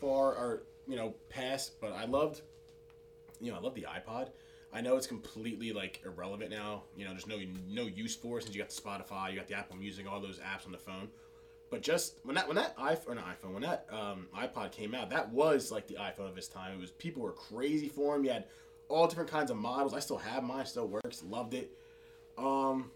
S2: far or you know past. But I loved, you know, I love the iPod. I know it's completely like irrelevant now. You know, there's no no use for it since you got the Spotify, you got the Apple Music, all those apps on the phone. But just when that when that iPhone, not iPhone, when that um, iPod came out, that was like the iPhone of its time. It was people were crazy for him. You had all different kinds of models. I still have mine. Still works. Loved it. Um,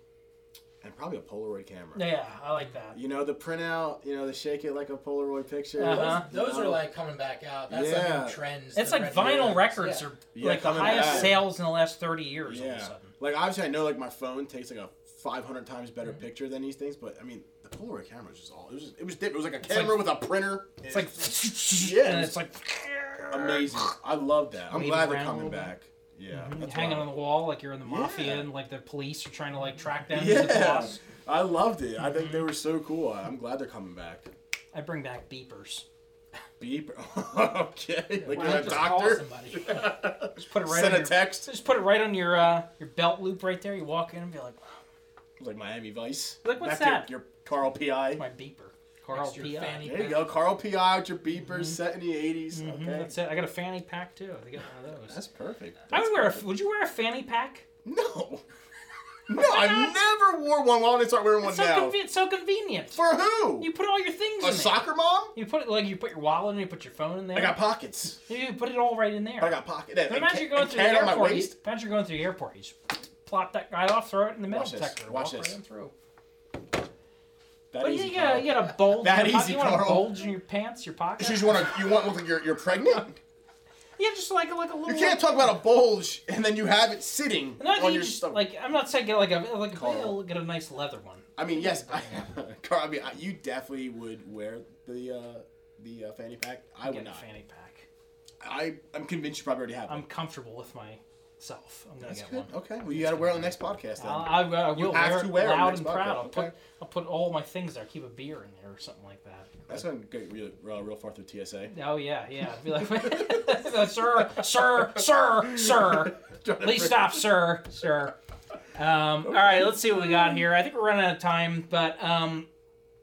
S2: and probably a Polaroid camera.
S1: yeah, I like that.
S2: You know the printout. You know the shake it like a Polaroid picture.
S1: Uh-huh.
S2: you
S3: Those are
S2: know.
S3: like coming back out. That's
S2: Yeah.
S3: like new trends.
S1: It's
S3: the
S1: like
S3: retro
S1: vinyl records
S3: Yeah.
S1: are
S2: Yeah,
S1: like the
S2: coming
S1: highest
S2: back.
S1: sales in the last 30 years all of a
S2: Yeah.
S1: sudden.
S2: Like obviously, I know like my phone takes like a 500 times better
S1: Mm-hmm.
S2: picture than these things, but I mean the Polaroid camera was just all. It was just, it was different. It was like a camera with a printer.
S1: It's like,
S2: Yeah,
S1: and
S2: it's
S1: it's like <laughs>
S2: amazing. I love that. I'm
S1: Wave
S2: glad they're
S1: around a
S2: coming
S1: little bit. Mm-hmm.
S2: back. Yeah, that's
S1: hanging
S2: why-
S1: on the wall like you're in the mafia
S2: Yeah.
S1: and like the police are trying to like track down who's the
S2: Yeah,
S1: boss.
S2: I loved it. I think they
S1: Mm-hmm.
S2: were so cool. I- I'm glad they're coming back.
S1: I bring back beepers.
S2: Beep. <laughs> okay. Like
S3: Why
S2: you're
S3: not
S2: a
S3: just call
S1: <laughs>
S2: doctor.
S3: somebody?
S1: Just put it right
S2: Send
S1: on
S2: a
S1: your,
S2: text.
S1: Just put it right on your uh, your belt loop right there. You walk in and be like,
S2: Like Miami Vice.
S1: Like, what's
S2: Back to
S1: that?
S2: Your Carl Pi.
S1: my beeper. Carl
S3: Next to your
S1: P.I.
S3: fanny
S2: There you go, Carl P.I. with your beepers set in the 80s.
S1: Mhm,
S2: Okay.
S1: Mm-hmm. That's it. I got a fanny pack too. I got one of those.
S2: That's perfect.
S1: I would wear. A, would you wear a fanny pack?
S2: <laughs>
S1: <laughs>
S2: No. No, I never wore one. Why would I start wearing one
S1: It's so,
S2: now?
S1: conve- it's so convenient.
S2: For who?
S1: you put all your things
S2: a
S1: in there.
S2: soccer mom?
S1: You put it like you put your wallet in. You put your phone in there.
S2: I got pockets.
S1: you put it all right in there.
S2: I got pocket. And,
S1: But
S2: and,
S1: imagine
S2: ca-
S1: you're going
S2: and
S1: through the
S2: can on my
S1: airport. You,
S2: waist.
S1: imagine you're going through the airport. You just plop that guy off, throw it in the middle
S2: Watch this.
S1: sector,
S2: Watch
S1: walk right
S2: this.
S1: on through.
S2: That
S1: But
S2: easy,
S1: you uh, got
S2: Carl.
S1: you got a bulge. in
S2: That
S1: your po-
S2: easy,
S1: you want a
S2: Carl.
S1: bulge in your pants, your pocket.
S2: You just want to. You want like you're you're pregnant.
S1: yeah, just like like a little.
S2: You can't talk about a bulge and then you have it sitting
S1: No,
S2: on
S1: you
S2: your
S1: just,
S2: stomach.
S1: like I'm not saying get like a like
S2: Carl.
S1: a, get a nice leather one.
S2: I mean, yes, I, Carl. I mean, I, you definitely would wear the uh, the uh, fanny pack. I
S1: Get
S2: would
S1: a
S2: not.
S1: fanny pack.
S2: I I'm convinced you probably already have one.
S1: I'm comfortable with myself. I'm gonna
S2: That's
S1: get
S2: good.
S1: one.
S2: Okay. Well, you got to wear it on the next podcast then.
S1: I, I, I will
S2: have
S1: wear
S2: to
S1: it
S2: wear it
S1: loud
S2: next
S1: and proud.
S2: podcast,
S1: I'll put
S2: okay.
S1: I'll put all my things there. Keep a beer in there or something like that.
S2: That's gonna get real, real, real far through TSA.
S1: Oh yeah, yeah. I'd be like, <laughs> sir, sir, sir, sir. Please stop, sir, sir. Um, All right, let's see what we got here. I think we're running out of time, but um,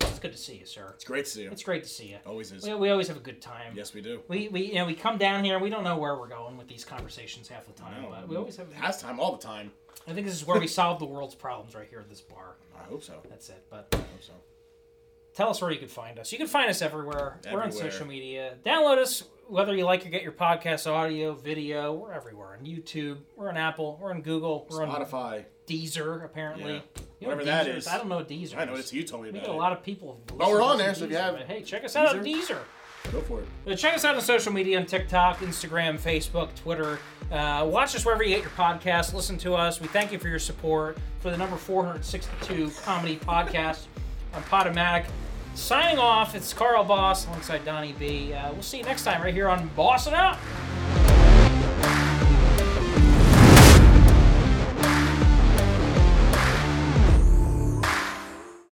S1: it's good to see you, sir.
S2: It's great to see you.
S1: It's great to see you.
S2: Always is.
S1: We, we always have a good time.
S2: Yes, we do.
S1: We, we you know we come down here. We don't know where we're going with these conversations half the time,
S2: No.
S1: but we always have.
S2: Has time all the time.
S1: I think this is where we solve the world's problems right here at this bar.
S2: I hope so.
S1: That's it. But
S2: I hope so.
S1: tell us where you can find us. You can find us everywhere. We're on
S2: Everywhere.
S1: social media. Download us whether you like or get your podcast audio, video. We're everywhere on YouTube. We're on Apple. We're on Google. We're on
S2: Spotify.
S1: Deezer apparently. You
S2: Yeah.
S1: know
S2: Whatever
S1: what
S2: that
S1: Deezer
S2: is.
S1: I don't know what Deezer.
S2: I know
S1: is.
S2: this. You told me
S1: We
S2: about
S1: get a
S2: it.
S1: lot of people.
S2: But Oh, we're
S1: listening
S2: on
S1: to
S2: there,
S1: us
S2: so
S1: on
S2: if you
S1: Deezer.
S2: have
S1: But hey, check us out on
S2: Deezer?
S1: Deezer.
S2: Go for it.
S1: Uh, Check us out on social media on TikTok, Instagram, Facebook, Twitter. Uh, watch us wherever you get your podcast. Listen to us. We thank you for your support for the number 462 comedy podcast on Podomatic. Signing off, it's Carl Boss alongside Donnie B. Uh, we'll see you next time right here on Boss It Out.